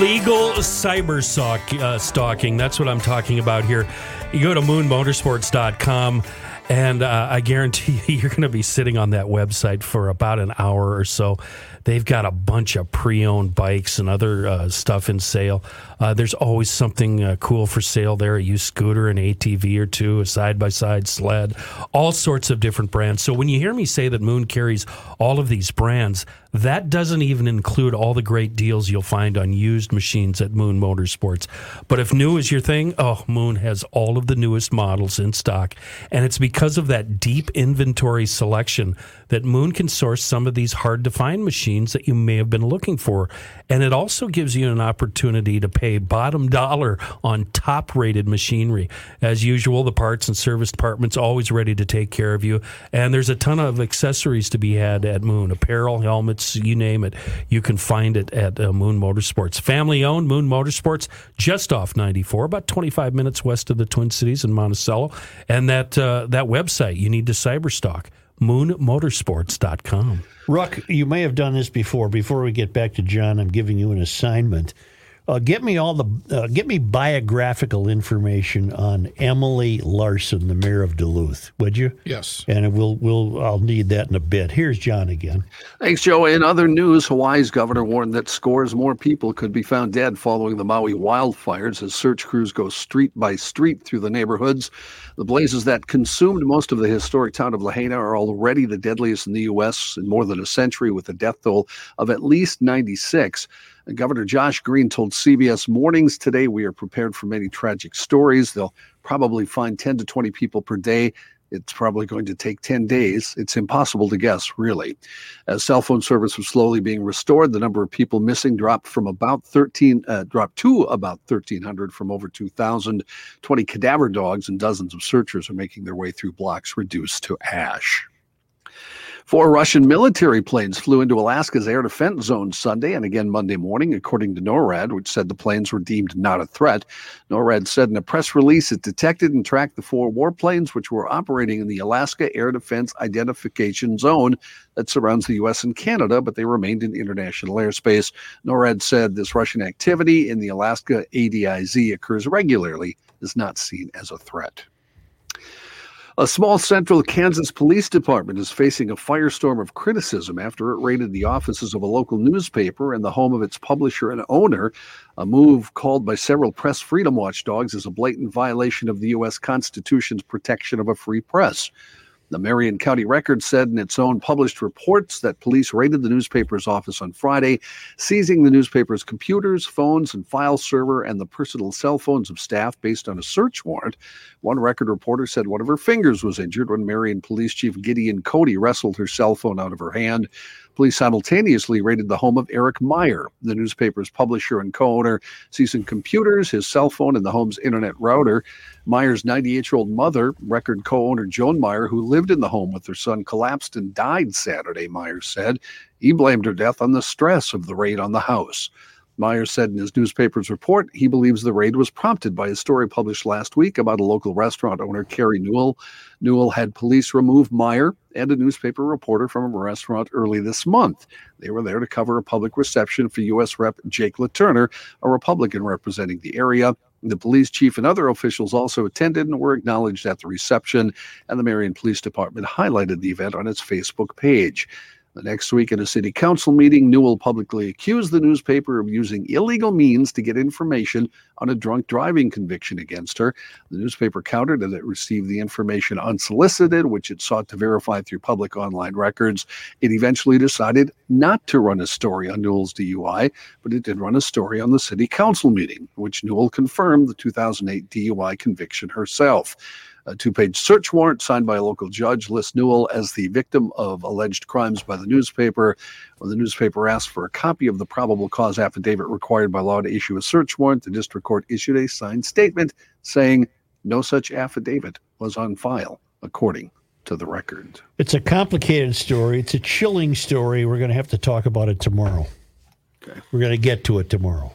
legal cyber sock, uh, stalking. That's what I'm talking about here. You go to moonmotorsports.com, and uh, I guarantee you, you're going to be sitting on that website for about an hour or so. They've got a bunch of pre owned bikes and other uh, stuff in sale. Uh, there's always something uh, cool for sale there a used scooter, an ATV or two, a side by side sled, all sorts of different brands. So when you hear me say that Moon carries all of these brands, that doesn't even include all the great deals you'll find on used machines at Moon Motorsports. But if new is your thing, oh, Moon has all of the newest models in stock. And it's because of that deep inventory selection that Moon can source some of these hard to find machines that you may have been looking for. And it also gives you an opportunity to pay bottom dollar on top rated machinery. As usual, the parts and service department's always ready to take care of you. And there's a ton of accessories to be had at Moon apparel, helmets, you name it. You can find it at uh, Moon Motorsports. Family owned Moon Motorsports, just off 94, about 25 minutes west of the Twin Cities in Monticello. And that, uh, that website, you need to cyberstock. Moonmotorsports.com. Ruck, you may have done this before. Before we get back to John, I'm giving you an assignment. Uh, get me all the uh, get me biographical information on Emily Larson, the mayor of Duluth, would you? Yes. And we'll we'll I'll need that in a bit. Here's John again. Thanks, Joe. In other news, Hawaii's governor warned that scores more people could be found dead following the Maui wildfires as search crews go street by street through the neighborhoods. The blazes that consumed most of the historic town of Lahaina are already the deadliest in the U.S. in more than a century, with a death toll of at least 96. And Governor Josh Green told CBS Mornings today, We are prepared for many tragic stories. They'll probably find 10 to 20 people per day. It's probably going to take 10 days. It's impossible to guess, really. As cell phone service was slowly being restored, the number of people missing dropped from about 13, uh, dropped to about 1,300 from over 2,000. 20 cadaver dogs and dozens of searchers are making their way through blocks reduced to ash. Four Russian military planes flew into Alaska's air defense zone Sunday and again Monday morning, according to NORAD, which said the planes were deemed not a threat. NORAD said in a press release it detected and tracked the four warplanes which were operating in the Alaska Air Defense Identification Zone that surrounds the U.S. and Canada, but they remained in international airspace. NORAD said this Russian activity in the Alaska ADIZ occurs regularly, is not seen as a threat. A small central Kansas police department is facing a firestorm of criticism after it raided the offices of a local newspaper and the home of its publisher and owner, a move called by several press freedom watchdogs as a blatant violation of the U.S. Constitution's protection of a free press. The Marion County Record said in its own published reports that police raided the newspaper's office on Friday, seizing the newspaper's computers, phones, and file server, and the personal cell phones of staff based on a search warrant. One record reporter said one of her fingers was injured when Marion Police Chief Gideon Cody wrestled her cell phone out of her hand. Police simultaneously raided the home of Eric Meyer, the newspaper's publisher and co owner, seizing computers, his cell phone, and the home's internet router. Meyer's 98 year old mother, record co owner Joan Meyer, who lived in the home with her son, collapsed and died Saturday, Meyer said. He blamed her death on the stress of the raid on the house. Meyer said in his newspaper's report he believes the raid was prompted by a story published last week about a local restaurant owner, Carrie Newell. Newell had police remove Meyer and a newspaper reporter from a restaurant early this month. They were there to cover a public reception for U.S. Rep. Jake LaTurner, a Republican representing the area. The police chief and other officials also attended and were acknowledged at the reception, and the Marion Police Department highlighted the event on its Facebook page. The next week, at a city council meeting, Newell publicly accused the newspaper of using illegal means to get information on a drunk driving conviction against her. The newspaper countered that it received the information unsolicited, which it sought to verify through public online records. It eventually decided not to run a story on Newell's DUI, but it did run a story on the city council meeting, which Newell confirmed the 2008 DUI conviction herself. A two page search warrant signed by a local judge lists Newell as the victim of alleged crimes by the newspaper. When the newspaper asked for a copy of the probable cause affidavit required by law to issue a search warrant, the district court issued a signed statement saying no such affidavit was on file, according to the record. It's a complicated story. It's a chilling story. We're going to have to talk about it tomorrow. Okay. We're going to get to it tomorrow.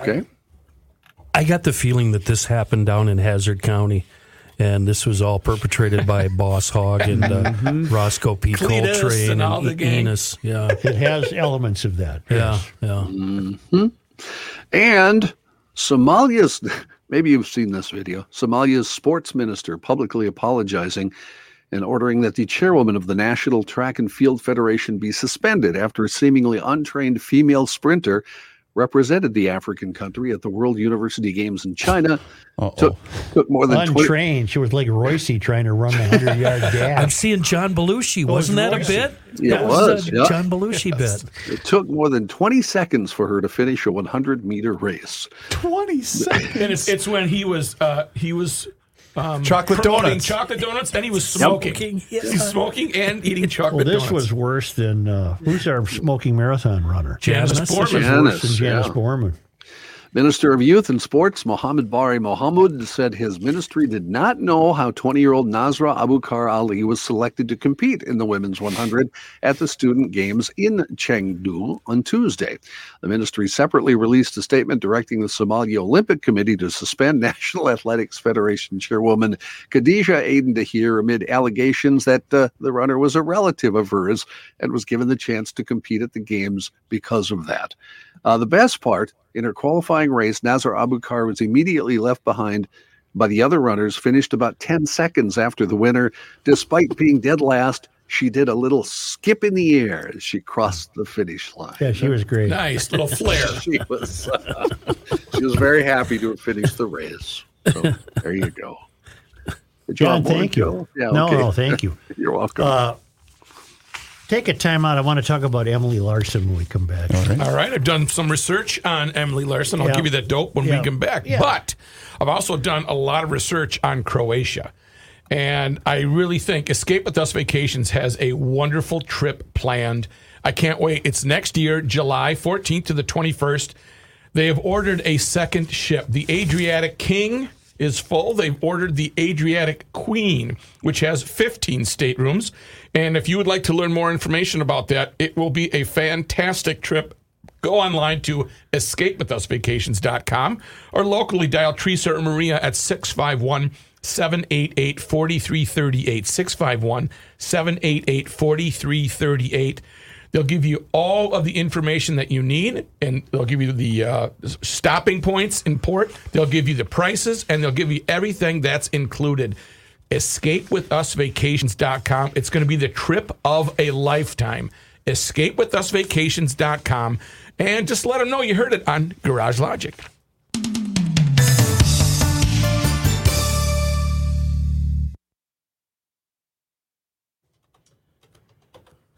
Okay. I got the feeling that this happened down in Hazard County, and this was all perpetrated by Boss Hog and uh, Roscoe P. Mm-hmm. Cletus Coltrane and and, all the gang. Enos. Yeah, It has elements of that. yeah, yeah. And Somalia's, maybe you've seen this video, Somalia's sports minister publicly apologizing and ordering that the chairwoman of the National Track and Field Federation be suspended after a seemingly untrained female sprinter represented the African country at the World University Games in China. Took, took more than 20 Untrained. She was like Royce trying to run the 100 yard I'm dash. seeing John Oh, Belushi. Wasn't that a Royce. bit? Yeah, that it was, a yeah. John Belushi bit. It took more than 20 seconds for her to finish a 100 meter race. 20 seconds. And it's, it's when he was uh, he was um, Chocolate promoting donuts. chocolate donuts, and he was smoking. He's smoking and eating Well, chocolate this donuts. was worse than uh, who's our smoking marathon runner? Janice Janice? Borman. Worse than Janice, Janice yeah. Borman. Minister of Youth and Sports, Mohammed Bari Mohammed, said his ministry did not know how 20 year old Nasra Abukar Ali was selected to compete in the women's 100 at the student games in Chengdu on Tuesday. The ministry separately released a statement directing the Somali Olympic Committee to suspend National Athletics Federation chairwoman Khadija Aden Dahir amid allegations that uh, the runner was a relative of hers and was given the chance to compete at the games because of that. Uh, the best part in her qualifying race, Nazar Abukar was immediately left behind by the other runners, finished about 10 seconds after the winner. Despite being dead last, she did a little skip in the air as she crossed the finish line. Yeah, she was great. nice little flair. She was she was very happy to have finished the race. So there you go. Good John, job, Warren thank you. Joe. Yeah, no, okay. no, thank you. You're welcome. Uh, take a time out. I want to talk about Emily Larson when we come back. All right, I've done some research on Emily Larson. I'll Yeah. give you that dope when Yeah. we come back. Yeah. But I've also done a lot of research on Croatia. And I really think Escape with Us Vacations has a wonderful trip planned. I can't wait. It's next year, July 14th to the 21st. They have ordered a second ship. The Adriatic King is full. They've ordered the Adriatic Queen, which has 15 staterooms. And if you would like to learn more information about that, it will be a fantastic trip. Go online to escapewithusvacations.com or locally dial Teresa or Maria at 651 788 4338. 651 788 4338. They'll give you all of the information that you need, and they'll give you the uh, stopping points in port. They'll give you the prices, and they'll give you everything that's included. EscapeWithUsVacations.com. It's going to be the trip of a lifetime. EscapeWithUsVacations.com. And just let them know you heard it on Garage Logic.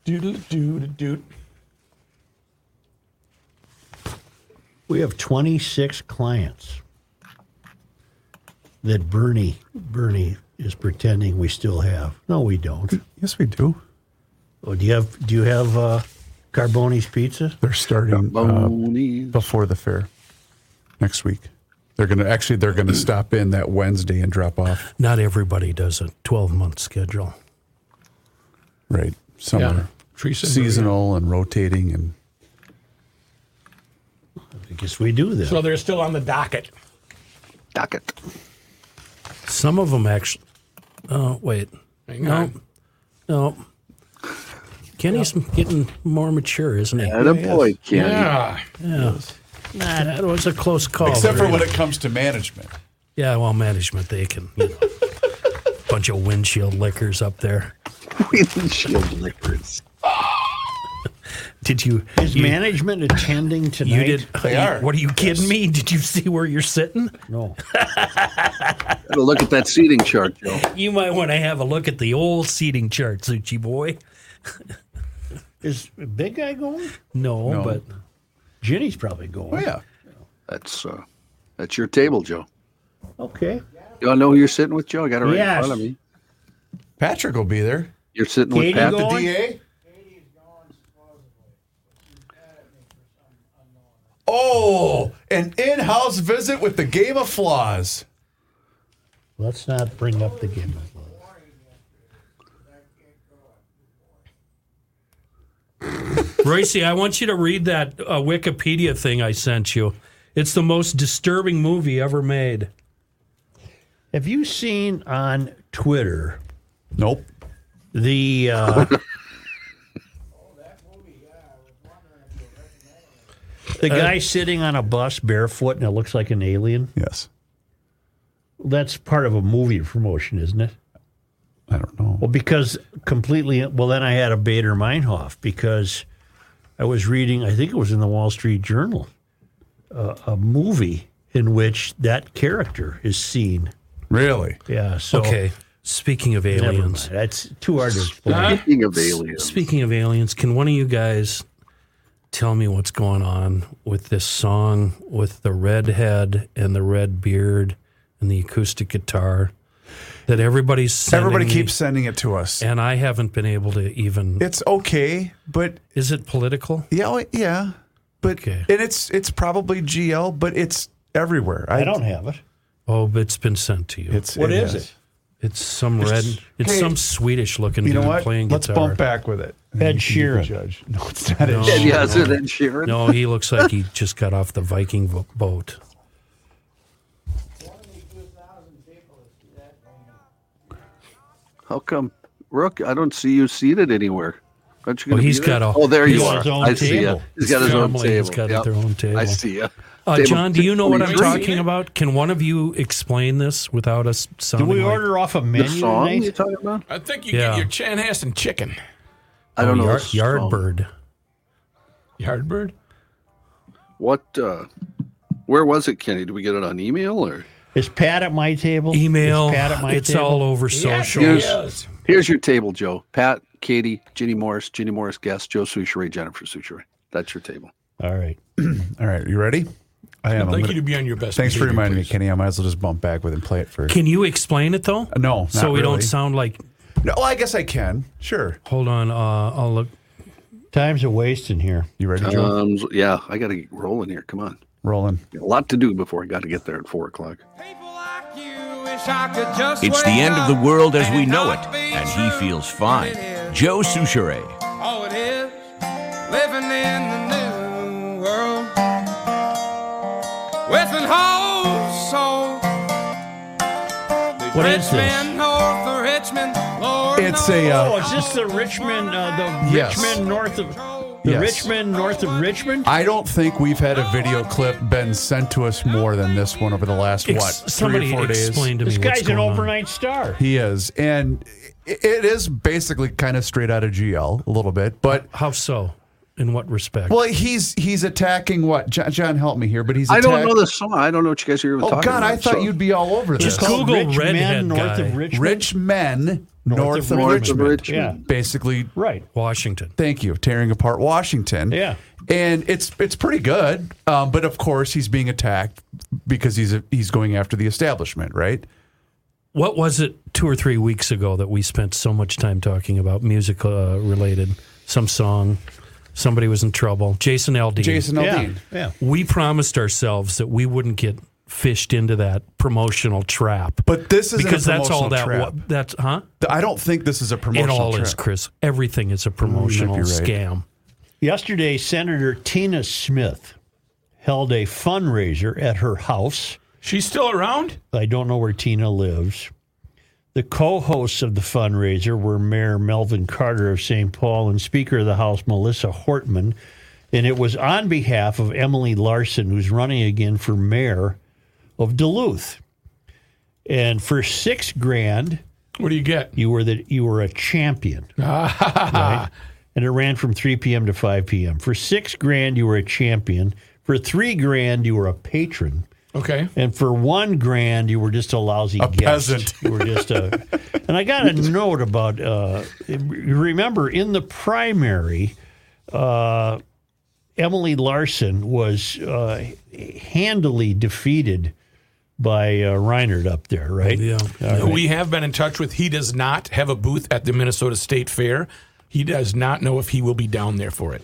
Doodle doodle doot. We have 26 clients that Bernie Bernie is pretending we still have. No, we don't. Yes, we do. Oh, do you have do you have uh, Carboni's Pizza? They're starting uh, before the fair next week. They're gonna actually they're gonna stop in that Wednesday and drop off. Not everybody does a 12 month schedule. Right. Some Yeah. are Teresa and seasonal and rotating and I guess we do that. So they're still on the docket. Docket. Some of them actually. Oh wait, Hang no, on. no. Kenny's getting more mature, isn't he? Attaboy, Kenny. Yeah, yeah. Nah, that was a close call. except for Really. when it comes to management. Yeah, well, management they can. You know, bunch of windshield lickers up there. Windshield lickers. Did you? Is you, management attending tonight? You did. They you- are. What are you kidding me? Did you see where you're sitting? No. Have a look at that seating chart, Joe. You might want to have a look at the old seating chart, Suchi boy. Is Big Guy going? No, No. but Ginny's probably going. Oh yeah. That's uh, that's your table, Joe. Okay. You all know who you're sitting with, Joe? I got it right Yes. in front of me. Patrick will be there. You're sitting Katie with Pat. go- The Going? DA? Oh, an in-house visit with the Game of Flaws. Let's not bring up the game. Royce, I want you to read that uh, Wikipedia thing I sent you. It's the most disturbing movie ever made. Have you seen on Twitter Nope. the uh, the guy sitting on a bus barefoot and it looks like an alien? Yes. That's part of a movie promotion, isn't it? I don't know. Well, because completely. Well, then I had a Bader Meinhof because I was reading. I think it was in the Wall Street Journal, uh, a movie in which that character is seen. Really? Yeah. So okay. Speaking of never mind. aliens. That's too hard to explain. Speaking of aliens, Speaking of aliens, can one of you guys tell me what's going on with this song with the red head and the red beard and the acoustic guitar that everybody's sending Everybody me, keeps sending it to us. and I haven't been able to even. It's okay, but is it political? yeah, oh, yeah, but Okay. and it's it's probably GL, but it's everywhere. I don't have it. Oh, but it's been sent to you. It's What is yes. It's some red. It's Hey, some Swedish looking You dude know what? playing Let's guitar. bump back with it. Ed Sheeran. Judge. No, it's not Ed No. Sheeran. yeah, is it Ed Sheeran? No, he looks like he just got off the Viking vo- boat. How come, Rook? I don't see you seated anywhere. Aren't you Oh, going to he's be there? got a- Oh, there he's you got are. his own I see you. table. He's got his own Family table. has got Yep. their own I table. see you. Uh, John, do you know what I'm 623. talking about? Can one of you explain this without us Do sounding we like- order off a The menu song you're tonight? talking about? I think you Yeah. get your Chan Hassan chicken. I don't Oh, know. Yard, this song. Yardbird. oh. Yardbird? What? Uh, where was it, Kenny? Did we get it on email or? Is Pat at my table? Email. Is Pat at my It's table? all over social. Yes. Here's your table, Joe. Pat, Katie, Ginny Morris, Ginny Morris guest, Joe Souchere, Jennifer Souchere. That's your table. All right. All right, you ready? I am. I'd I'm like gonna- you to be on your best. thanks for behavior, reminding please. me, Kenny. I might as well just bump back with it and play it for. Can you explain it though? No, not so we don't really. sound like. No, well, I guess I can. Sure. Hold on. Uh, I'll look. Time's a waste in here. You ready, Joe? Um, so- yeah, I got to get rolling here. Come on. Rolling. Got A lot to do before I got to get there at four o'clock. It's the end of the world as we know it, and he feels fine. Joe Souchere. All it is, living in the new world with an whole soul. What is this? Richmond, north of Richmond, Lord It's a, knows. uh, Oh, is this the Richmond, uh, the Yes. Richmond north of the Yes. Richmond north of Richmond? I don't think we've had a video clip been sent to us more than this one over the last Ex- what somebody three or four days. explain to me This what's guy's an going on. overnight star. He is, and i- it is basically kind of straight out of GL a little bit, but how so? In what respect? Well, he's he's attacking what John, John help me here, but he's I don't attack- know the song. I don't know what you guys are even Oh talking God, about. I thought so- you'd be all over this. Just Google Rich men redhead north guy. of Richmond. Rich men north, of, Richmond. Basically right. Washington. Thank you. Tearing apart Washington. Yeah. And it's it's pretty good. Um, but of course he's being attacked because he's a, he's going after the establishment, right? What was it two or three weeks ago that we spent so much time talking about music uh, related? Some song, somebody was in trouble. Jason Aldean. Jason Aldean. Yeah. We promised ourselves that we wouldn't get fished into that promotional trap. But this isn't a because that's all promotional that trap. wa- that's huh? I don't think this is a It promotional all is, trip. Chris. Everything Mm, is a promotional right. scam. Yesterday, Senator Tina Smith held a fundraiser at her house. She's still around? I don't know where Tina lives. The co hosts of the fundraiser were Mayor Melvin Carter of St. Paul and Speaker of the House Melissa Hortman. And it was on behalf of Emily Larson, who's running again for mayor of Duluth. And for six grand, what do you get? You were the you were a champion, right? And it ran from three p.m. to five p.m. For six grand, you were a champion. For three grand, you were a patron. Okay. And for one grand, you were just a lousy guest. peasant. You were just a. and I got a note about. Uh, remember, in the primary, uh, Emily Larson was uh, handily defeated by uh, Reinhardt up there, right? Yeah. Who we have been in touch with. He does not have a booth at the Minnesota State Fair. He does not know if he will be down there for it.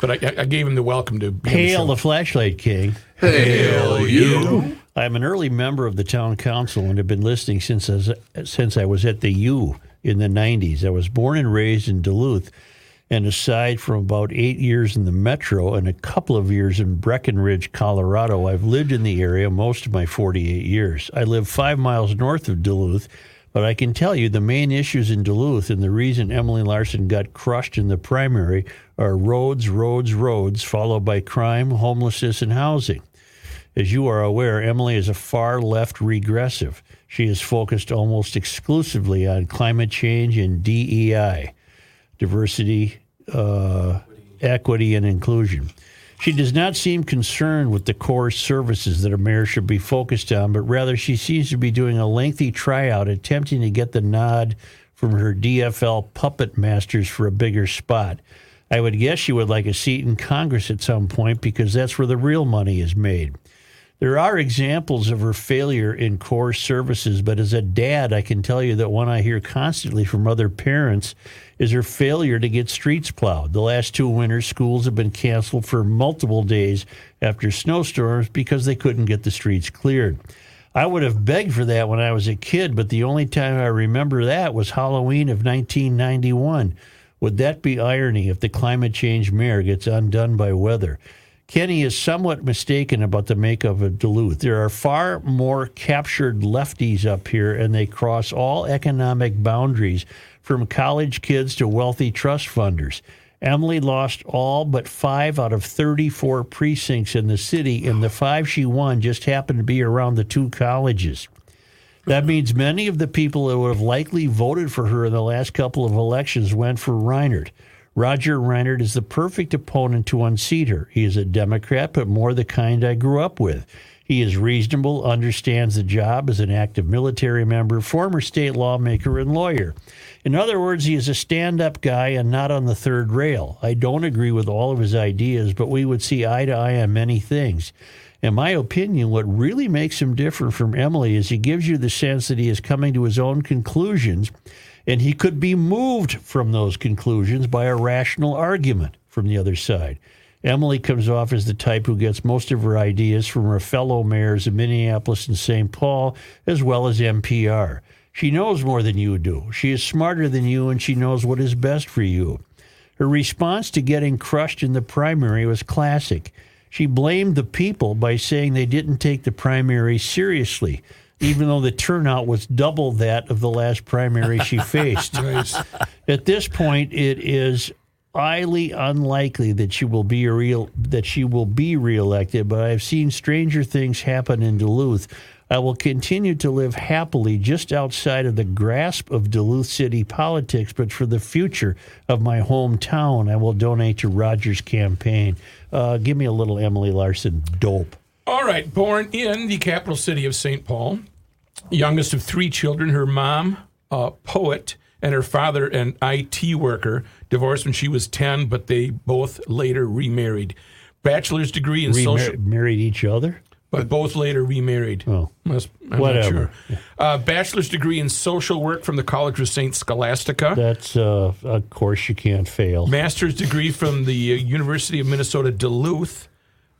But I- I, I gave him the welcome to be on the Hail show. the flashlight king. Hail you. I'm an early member of the town council and have been listening since I, since I was at the U in the 90s. I was born and raised in Duluth, and aside from about eight years in the metro and a couple of years in Breckenridge, Colorado, I've lived in the area most of my 48 years. I live five miles north of Duluth. But I can tell you the main issues in Duluth and the reason Emily Larson got crushed in the primary are roads, roads, roads, followed by crime, homelessness, and housing. As you are aware, Emily is a far left regressive. She is focused almost exclusively on climate change and DEI, diversity, uh, equity, and inclusion. She does not seem concerned with the core services that a mayor should be focused on, but rather she seems to be doing a lengthy tryout attempting to get the nod from her DFL puppet masters for a bigger spot. I would guess she would like a seat in Congress at some point because that's where the real money is made. There are examples of her failure in core services, but as a dad, I can tell you that one I hear constantly from other parents is her failure to get streets plowed. The last two winters, schools have been canceled for multiple days after snowstorms because they couldn't get the streets cleared. I would have begged for that when I was a kid, but the only time I remember that was Halloween of 1991. Would that be irony if the climate change mayor gets undone by weather? Kenny is somewhat mistaken about the makeup of Duluth. There are far more captured lefties up here, and they cross all economic boundaries from college kids to wealthy trust funders. Emily lost all but five out of 34 precincts in the city, and the five she won just happened to be around the two colleges. That means many of the people that would have likely voted for her in the last couple of elections went for Reinhardt. Roger Reinhardt is the perfect opponent to unseat her. He is a Democrat, but more the kind I grew up with. He is reasonable, understands the job as an active military member, former state lawmaker, and lawyer. In other words, he is a stand up guy and not on the third rail. I don't agree with all of his ideas, but we would see eye to eye on many things. In my opinion, what really makes him different from Emily is he gives you the sense that he is coming to his own conclusions and he could be moved from those conclusions by a rational argument from the other side. Emily comes off as the type who gets most of her ideas from her fellow mayors of Minneapolis and St. Paul, as well as NPR. She knows more than you do. She is smarter than you, and she knows what is best for you. Her response to getting crushed in the primary was classic. She blamed the people by saying they didn't take the primary seriously, even though the turnout was double that of the last primary she faced. At this point, it is highly unlikely that she will be a real that she will be reelected, but I've seen stranger things happen in Duluth. I will continue to live happily just outside of the grasp of Duluth city politics, but for the future of my hometown, I will donate to Rogers' campaign. Uh, give me a little Emily Larson dope. All right, born in the capital city of St. Paul, youngest of three children, her mom, a poet, and her father, an IT worker, divorced when she was 10, but they both later remarried. Bachelor's degree in Remar- social. married each other. But both later remarried. Oh, Must- I'm not whatever. sure. Uh, bachelor's degree in social work from the College of St. Scholastica. That's uh, a course you can't fail. master's degree from the uh, University of Minnesota Duluth.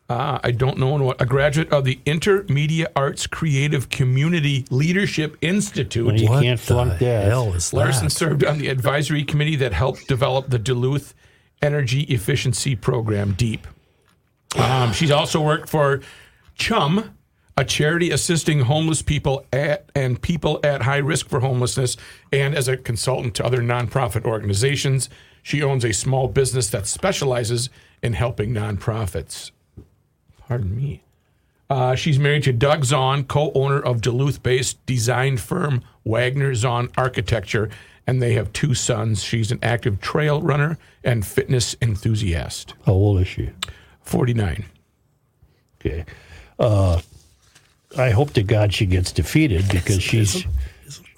Uh, I don't know what. A graduate of the Intermedia Arts Creative Community Leadership Institute. Well, you can't flunk that. Larson served on the advisory committee that helped develop the Duluth Energy Efficiency Program, DEEP. Um, she's also worked for Chum, a charity assisting homeless people at and people at high risk for homelessness, and as a consultant to other nonprofit organizations. She owns a small business that specializes in helping nonprofits. Pardon me. Uh, she's married to Doug Zahn, co owner of Duluth based design firm Wagner Zahn Architecture, and they have two sons. She's an active trail runner and fitness enthusiast. How old is she? 49. Okay. Uh, I hope to God she gets defeated because she's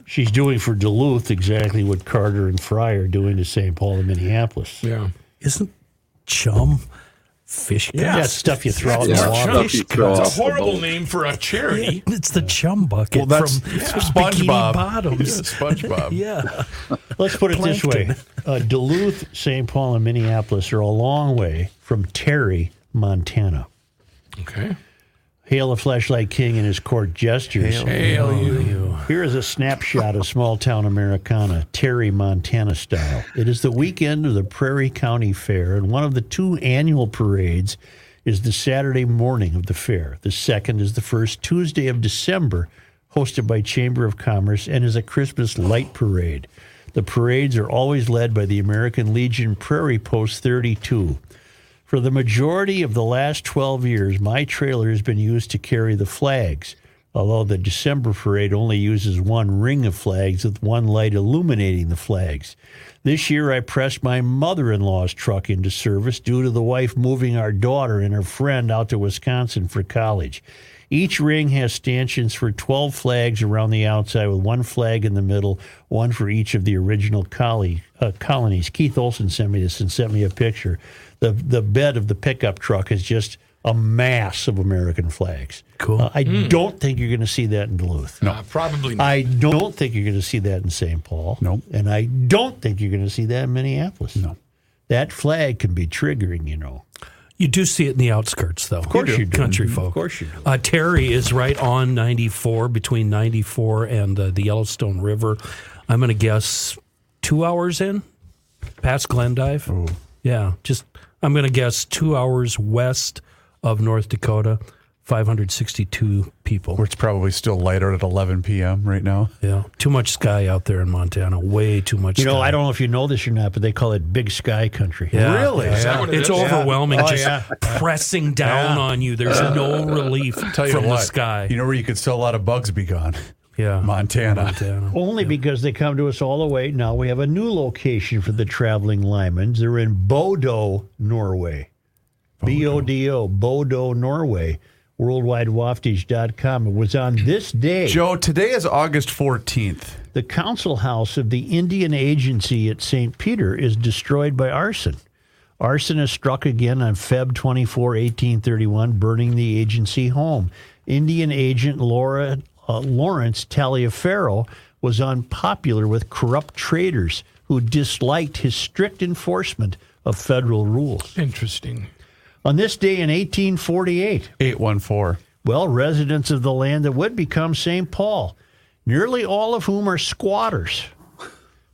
she's doing for Duluth exactly what Carter and Fry are doing to St. Paul and Minneapolis. Yeah. Isn't chum fish? gas? Yeah, that stuff you throw out in It's the water. chum. It's a horrible name for a charity. It's the chum bucket Well, that's from Bikini SpongeBob. Bottoms. Yeah, SpongeBob. yeah. Let's put it this way: uh, Duluth, St. Paul, and Minneapolis are a long way from Terry, Montana. Okay. Hail a flashlight king and his court gestures. Hail you. Here is a snapshot of small town Americana, Terry, Montana style. It is the weekend of the Prairie County Fair, and one of the two annual parades is the Saturday morning of the fair. The second is the first Tuesday of December, hosted by Chamber of Commerce, and is a Christmas light parade. The parades are always led by the American Legion Prairie Post 32. For the majority of the last 12 years, my trailer has been used to carry the flags, although the December parade only uses one ring of flags with one light illuminating the flags. This year, I pressed my mother in law's truck into service due to the wife moving our daughter and her friend out to Wisconsin for college. Each ring has stanchions for 12 flags around the outside, with one flag in the middle, one for each of the original collie, uh, colonies. Keith Olson sent me this and sent me a picture. The, the bed of the pickup truck is just a mass of American flags. Cool. I don't think you're going to see that in Duluth. Uh, probably not. I don't think you're going to see that in St. Paul. Nope. And I don't think you're going to see that in Minneapolis. No. That flag can be triggering, you know. You do see it in the outskirts, though. Of course you do. Country Mhm. folk. Of course you do. Uh, Terry is right on 94, between 94 and uh, the Yellowstone River. I'm going to guess two hours in, past Glendive. Yeah, just, I'm going to guess two hours west of North Dakota, 562 people. Where it's probably still light out at 11 p.m. right now. Yeah, too much sky out there in Montana. Way too much You know, sky. I don't know if you know this or not, but they call it Big Sky Country. Yeah. Really? Yeah. Is that what it It's is? overwhelming. Yeah. Oh, Just yeah. pressing down Yeah. on you. There's no relief Tell you from what, the sky. You know where you could sell a lot of bugs be gone? yeah. Montana. Montana. Only because they come to us all the way. Now we have a new location for the traveling Lymans. They're in Bodo, Norway. B O D O, Bodo, Norway. WorldwideWaftage.com. It was on this day. Joe, today is August 14th. the council house of the Indian Agency at St. Peter is destroyed by arson. Arson is struck again on Feb 24, 1831, burning the agency home. Indian agent Laura, uh, Lawrence Taliaferro was unpopular with corrupt traders who disliked his strict enforcement of federal rules. Interesting. On this day in 1848, 814. well, residents of the land that would become St. Paul nearly all of whom are squatters,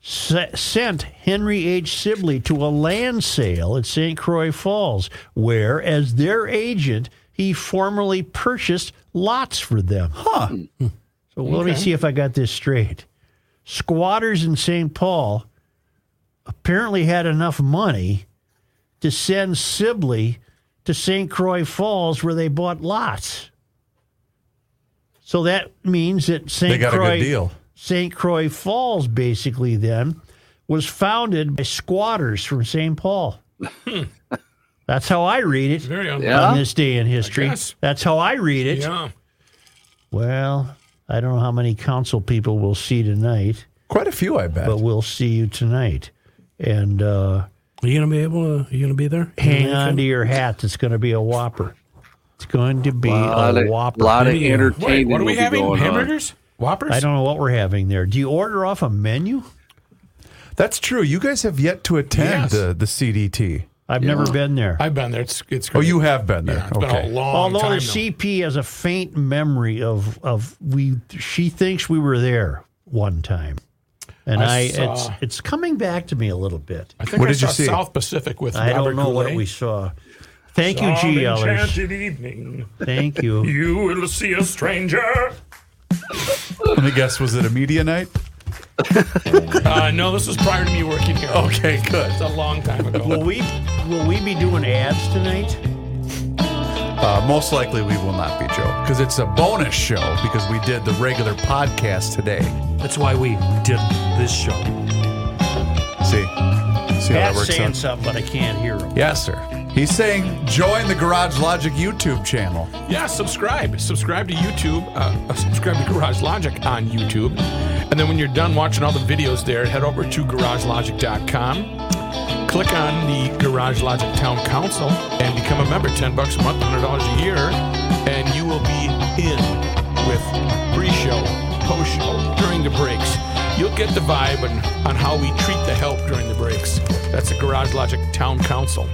se- sent Henry H. Sibley to a land sale at St. Croix Falls, where, as their agent, he formerly purchased lots for them. Huh. So let me Okay. see if I got this straight. Squatters in St. Paul apparently had enough money to send Sibley to St. Croix Falls where they bought lots. So that means that St. got a good Croix deal. St. Croix Falls basically then was founded by squatters from St. Paul. Hmm. That's how I read it Very on unlikely. this day in history. guess. That's how I read it. Yeah. Well, I don't know how many council people we'll see tonight. Quite a few, I bet. But we'll see you tonight. And uh, Are you gonna be able to? Are you gonna be there? hang on to your hats. It's going to be a whopper. It's going to be Lot a of- whopper. lot of Wait, entertainment what are we will be having? going on. Hamburgers? Whoppers? I don't know what we're having there. Do you order off a menu? That's true. You guys have yet to attend Yes. the, the CDT. I've never been there. I've been there. It's it's Oh, great. you have been there. it's been a okay. long Although time. the though. CP has a faint memory of of we, she thinks we were there one time, and I, I it's saw- it's coming back to me a little bit. I think What I did you saw see? South Pacific with I Robert don't know what Goulet. we saw. Thank you, Some G. Ellers. enchanted evening. Thank you. You will see a stranger. Let me guess, was it a media night? Uh, no, this was prior to me working here. Okay, good. It's a long time ago. Will we will we be doing ads tonight? Uh, most likely we will not be, Joe, because it's a bonus show because we did the regular podcast today. That's why we did this show. See? See how that Pat's works saying out? something, but I can't hear him. Yes, sir. He's saying join the Garage Logic YouTube channel. Yeah, subscribe. Subscribe to YouTube. Uh, uh, subscribe to Garage Logic on YouTube. And then when you're done watching all the videos there, head over to garagelogic.com. Click on the Garage Logic Town Council and become a member. Ten bucks a month, hundred dollars a year, and you will be in with pre-show, post-show, during the breaks. You'll get the vibe on, on how we treat the help during the breaks. That's the Garage Logic Town Council.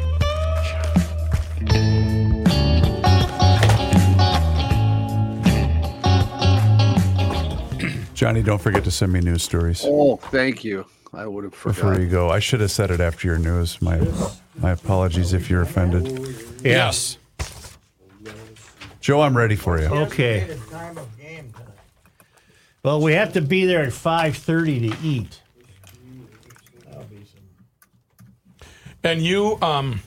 Johnny, don't forget to send me news stories Oh, thank you. I would have before forgotten. you go. I should have said it after your news. My my apologies if you're offended. Yes. Joe, I'm ready for you. Okay. Well, we have to be there at five thirty to eat. And you, um,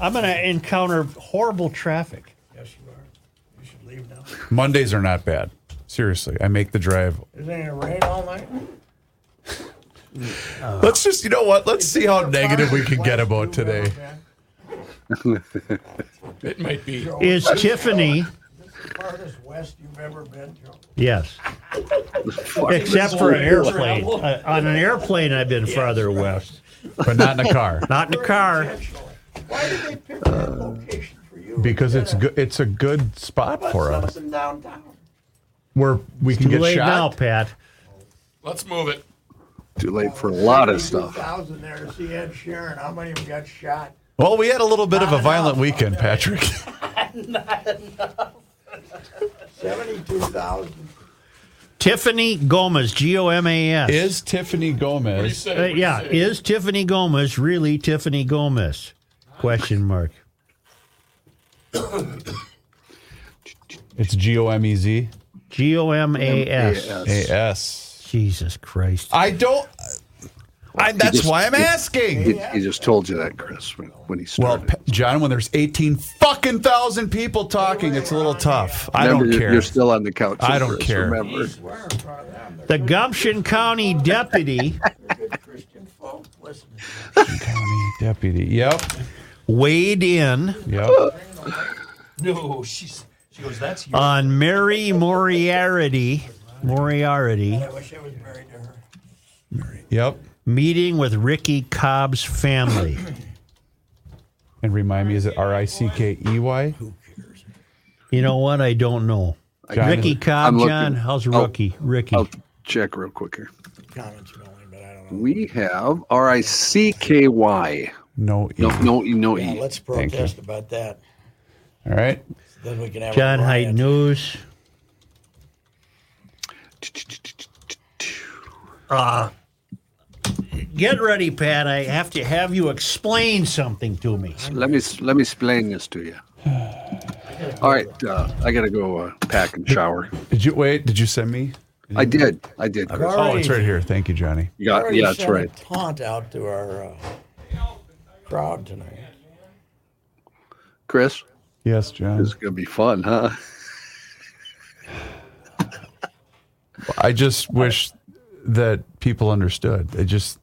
I'm going to encounter horrible traffic. Yes, you are. You should leave now. Mondays are not bad. Seriously, I make the drive. Is there any rain all night? Let's just, you know what? Let's see how negative we can get about today. it might be. Is Tiffany? Farthest west you've ever been, Joe. Yes. Except for an airplane. Uh, on an airplane, I've been farther west. But not in a car. Not in a car. Why did they pick that location for you? Because it's good. It's a good spot for us Something downtown. where we can Too get late now, shot. Pat. Let's move it. Too late for a lot of stuff. Thousand there to see Ed Sheeran. How many of them got shot? Well, we had a little bit of a violent weekend, Patrick. Seventy-two thousand. Tiffany Gomez, G O M A S. Is Tiffany Gomez? Uh, yeah, is Tiffany Gomez really Tiffany Gomez? Question mark. It's G O M E Z G O M A S. A S. Jesus Christ. I don't. I, He that's just- why I'm he- He, asking. he just told you that, Chris, when, when he Well, started. Pa- John, when there's 18 fucking thousand people talking, it's a little tough. I Remember, don't you're- care. You're still on the couch. I don't Chris, care. Remember. The Gumption County deputy County deputy. Yep. weighed in Yep. No, she's. She goes. That's you. on Mary Moriarty, Moriarty I wish I was married to her. Yep. meeting with Ricky Cobb's family. And remind me, is it R I C K E Y? You know what? I don't know. John, Ricky is it- Cobb, I'm looking. Oh. John, how's I'll- Rookie? Ricky. I'll check real quick here. Comments only, but I don't know. We have R I C K Y. No E. No, no, E, no Yeah, E. let's protest about that. All right. Then we can have John Height News. Uh, get ready, Pat. I have to have you explain something to me. Let me let me explain this to you. All right, uh, I gotta go uh, pack and shower. Did you wait? Did you send me? I did. I did. Okay. Chris. Oh, it's right here. Thank you, Johnny. You got- Uh, yeah, that's right. Taunt out to our uh, crowd tonight. Chris, Yes, John. it's gonna be fun, huh? I just wish that people understood. It just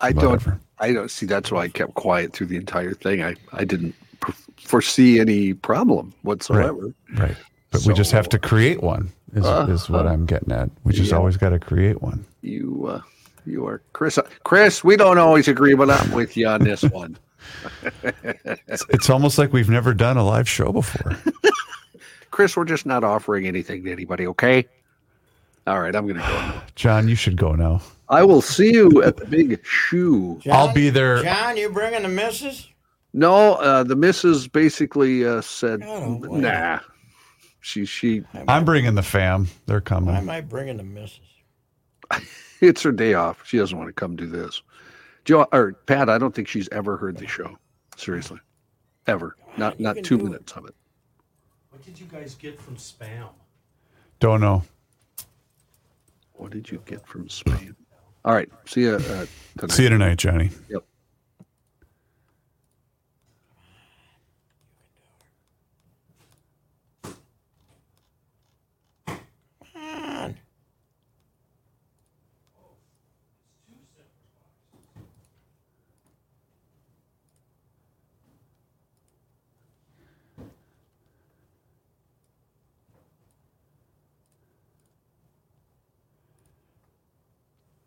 I don't. Whatever. I don't see. That's why I kept quiet through the entire thing. I I didn't pr- foresee any problem whatsoever. right, but we just have to create one. Is, is what I'm getting at. We just Uh, yeah. always got to create one. You uh, you are Chris. uh, Chris, we don't always agree, but I'm with you on this one. It's almost like we've never done a live show before. Chris, we're just not offering anything to anybody. Okay. All right, I'm gonna go. now. John, you should go now. I will see you at the big shoe. I'll be there. John, you bringing the missus? No, uh, the missus basically uh, said, "Nah." She she I'm bringing the fam. They're coming. Why am I bringing the missus? it's her day off. She doesn't want to come do this. Joe or Pat, I don't think she's ever heard the show. Seriously, ever. Not not two minutes of it. What did you guys get from spam? Don't know. What did you get from Spain? All right, see you uh, tonight. See you tonight, Johnny. Yep.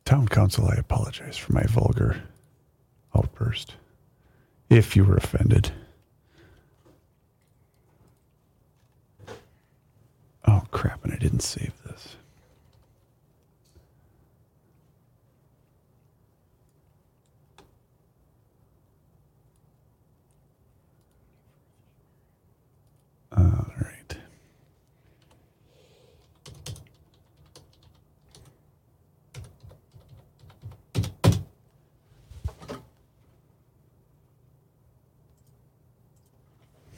Town council, I apologize for my vulgar outburst. If you were offended. Oh crap! And I didn't save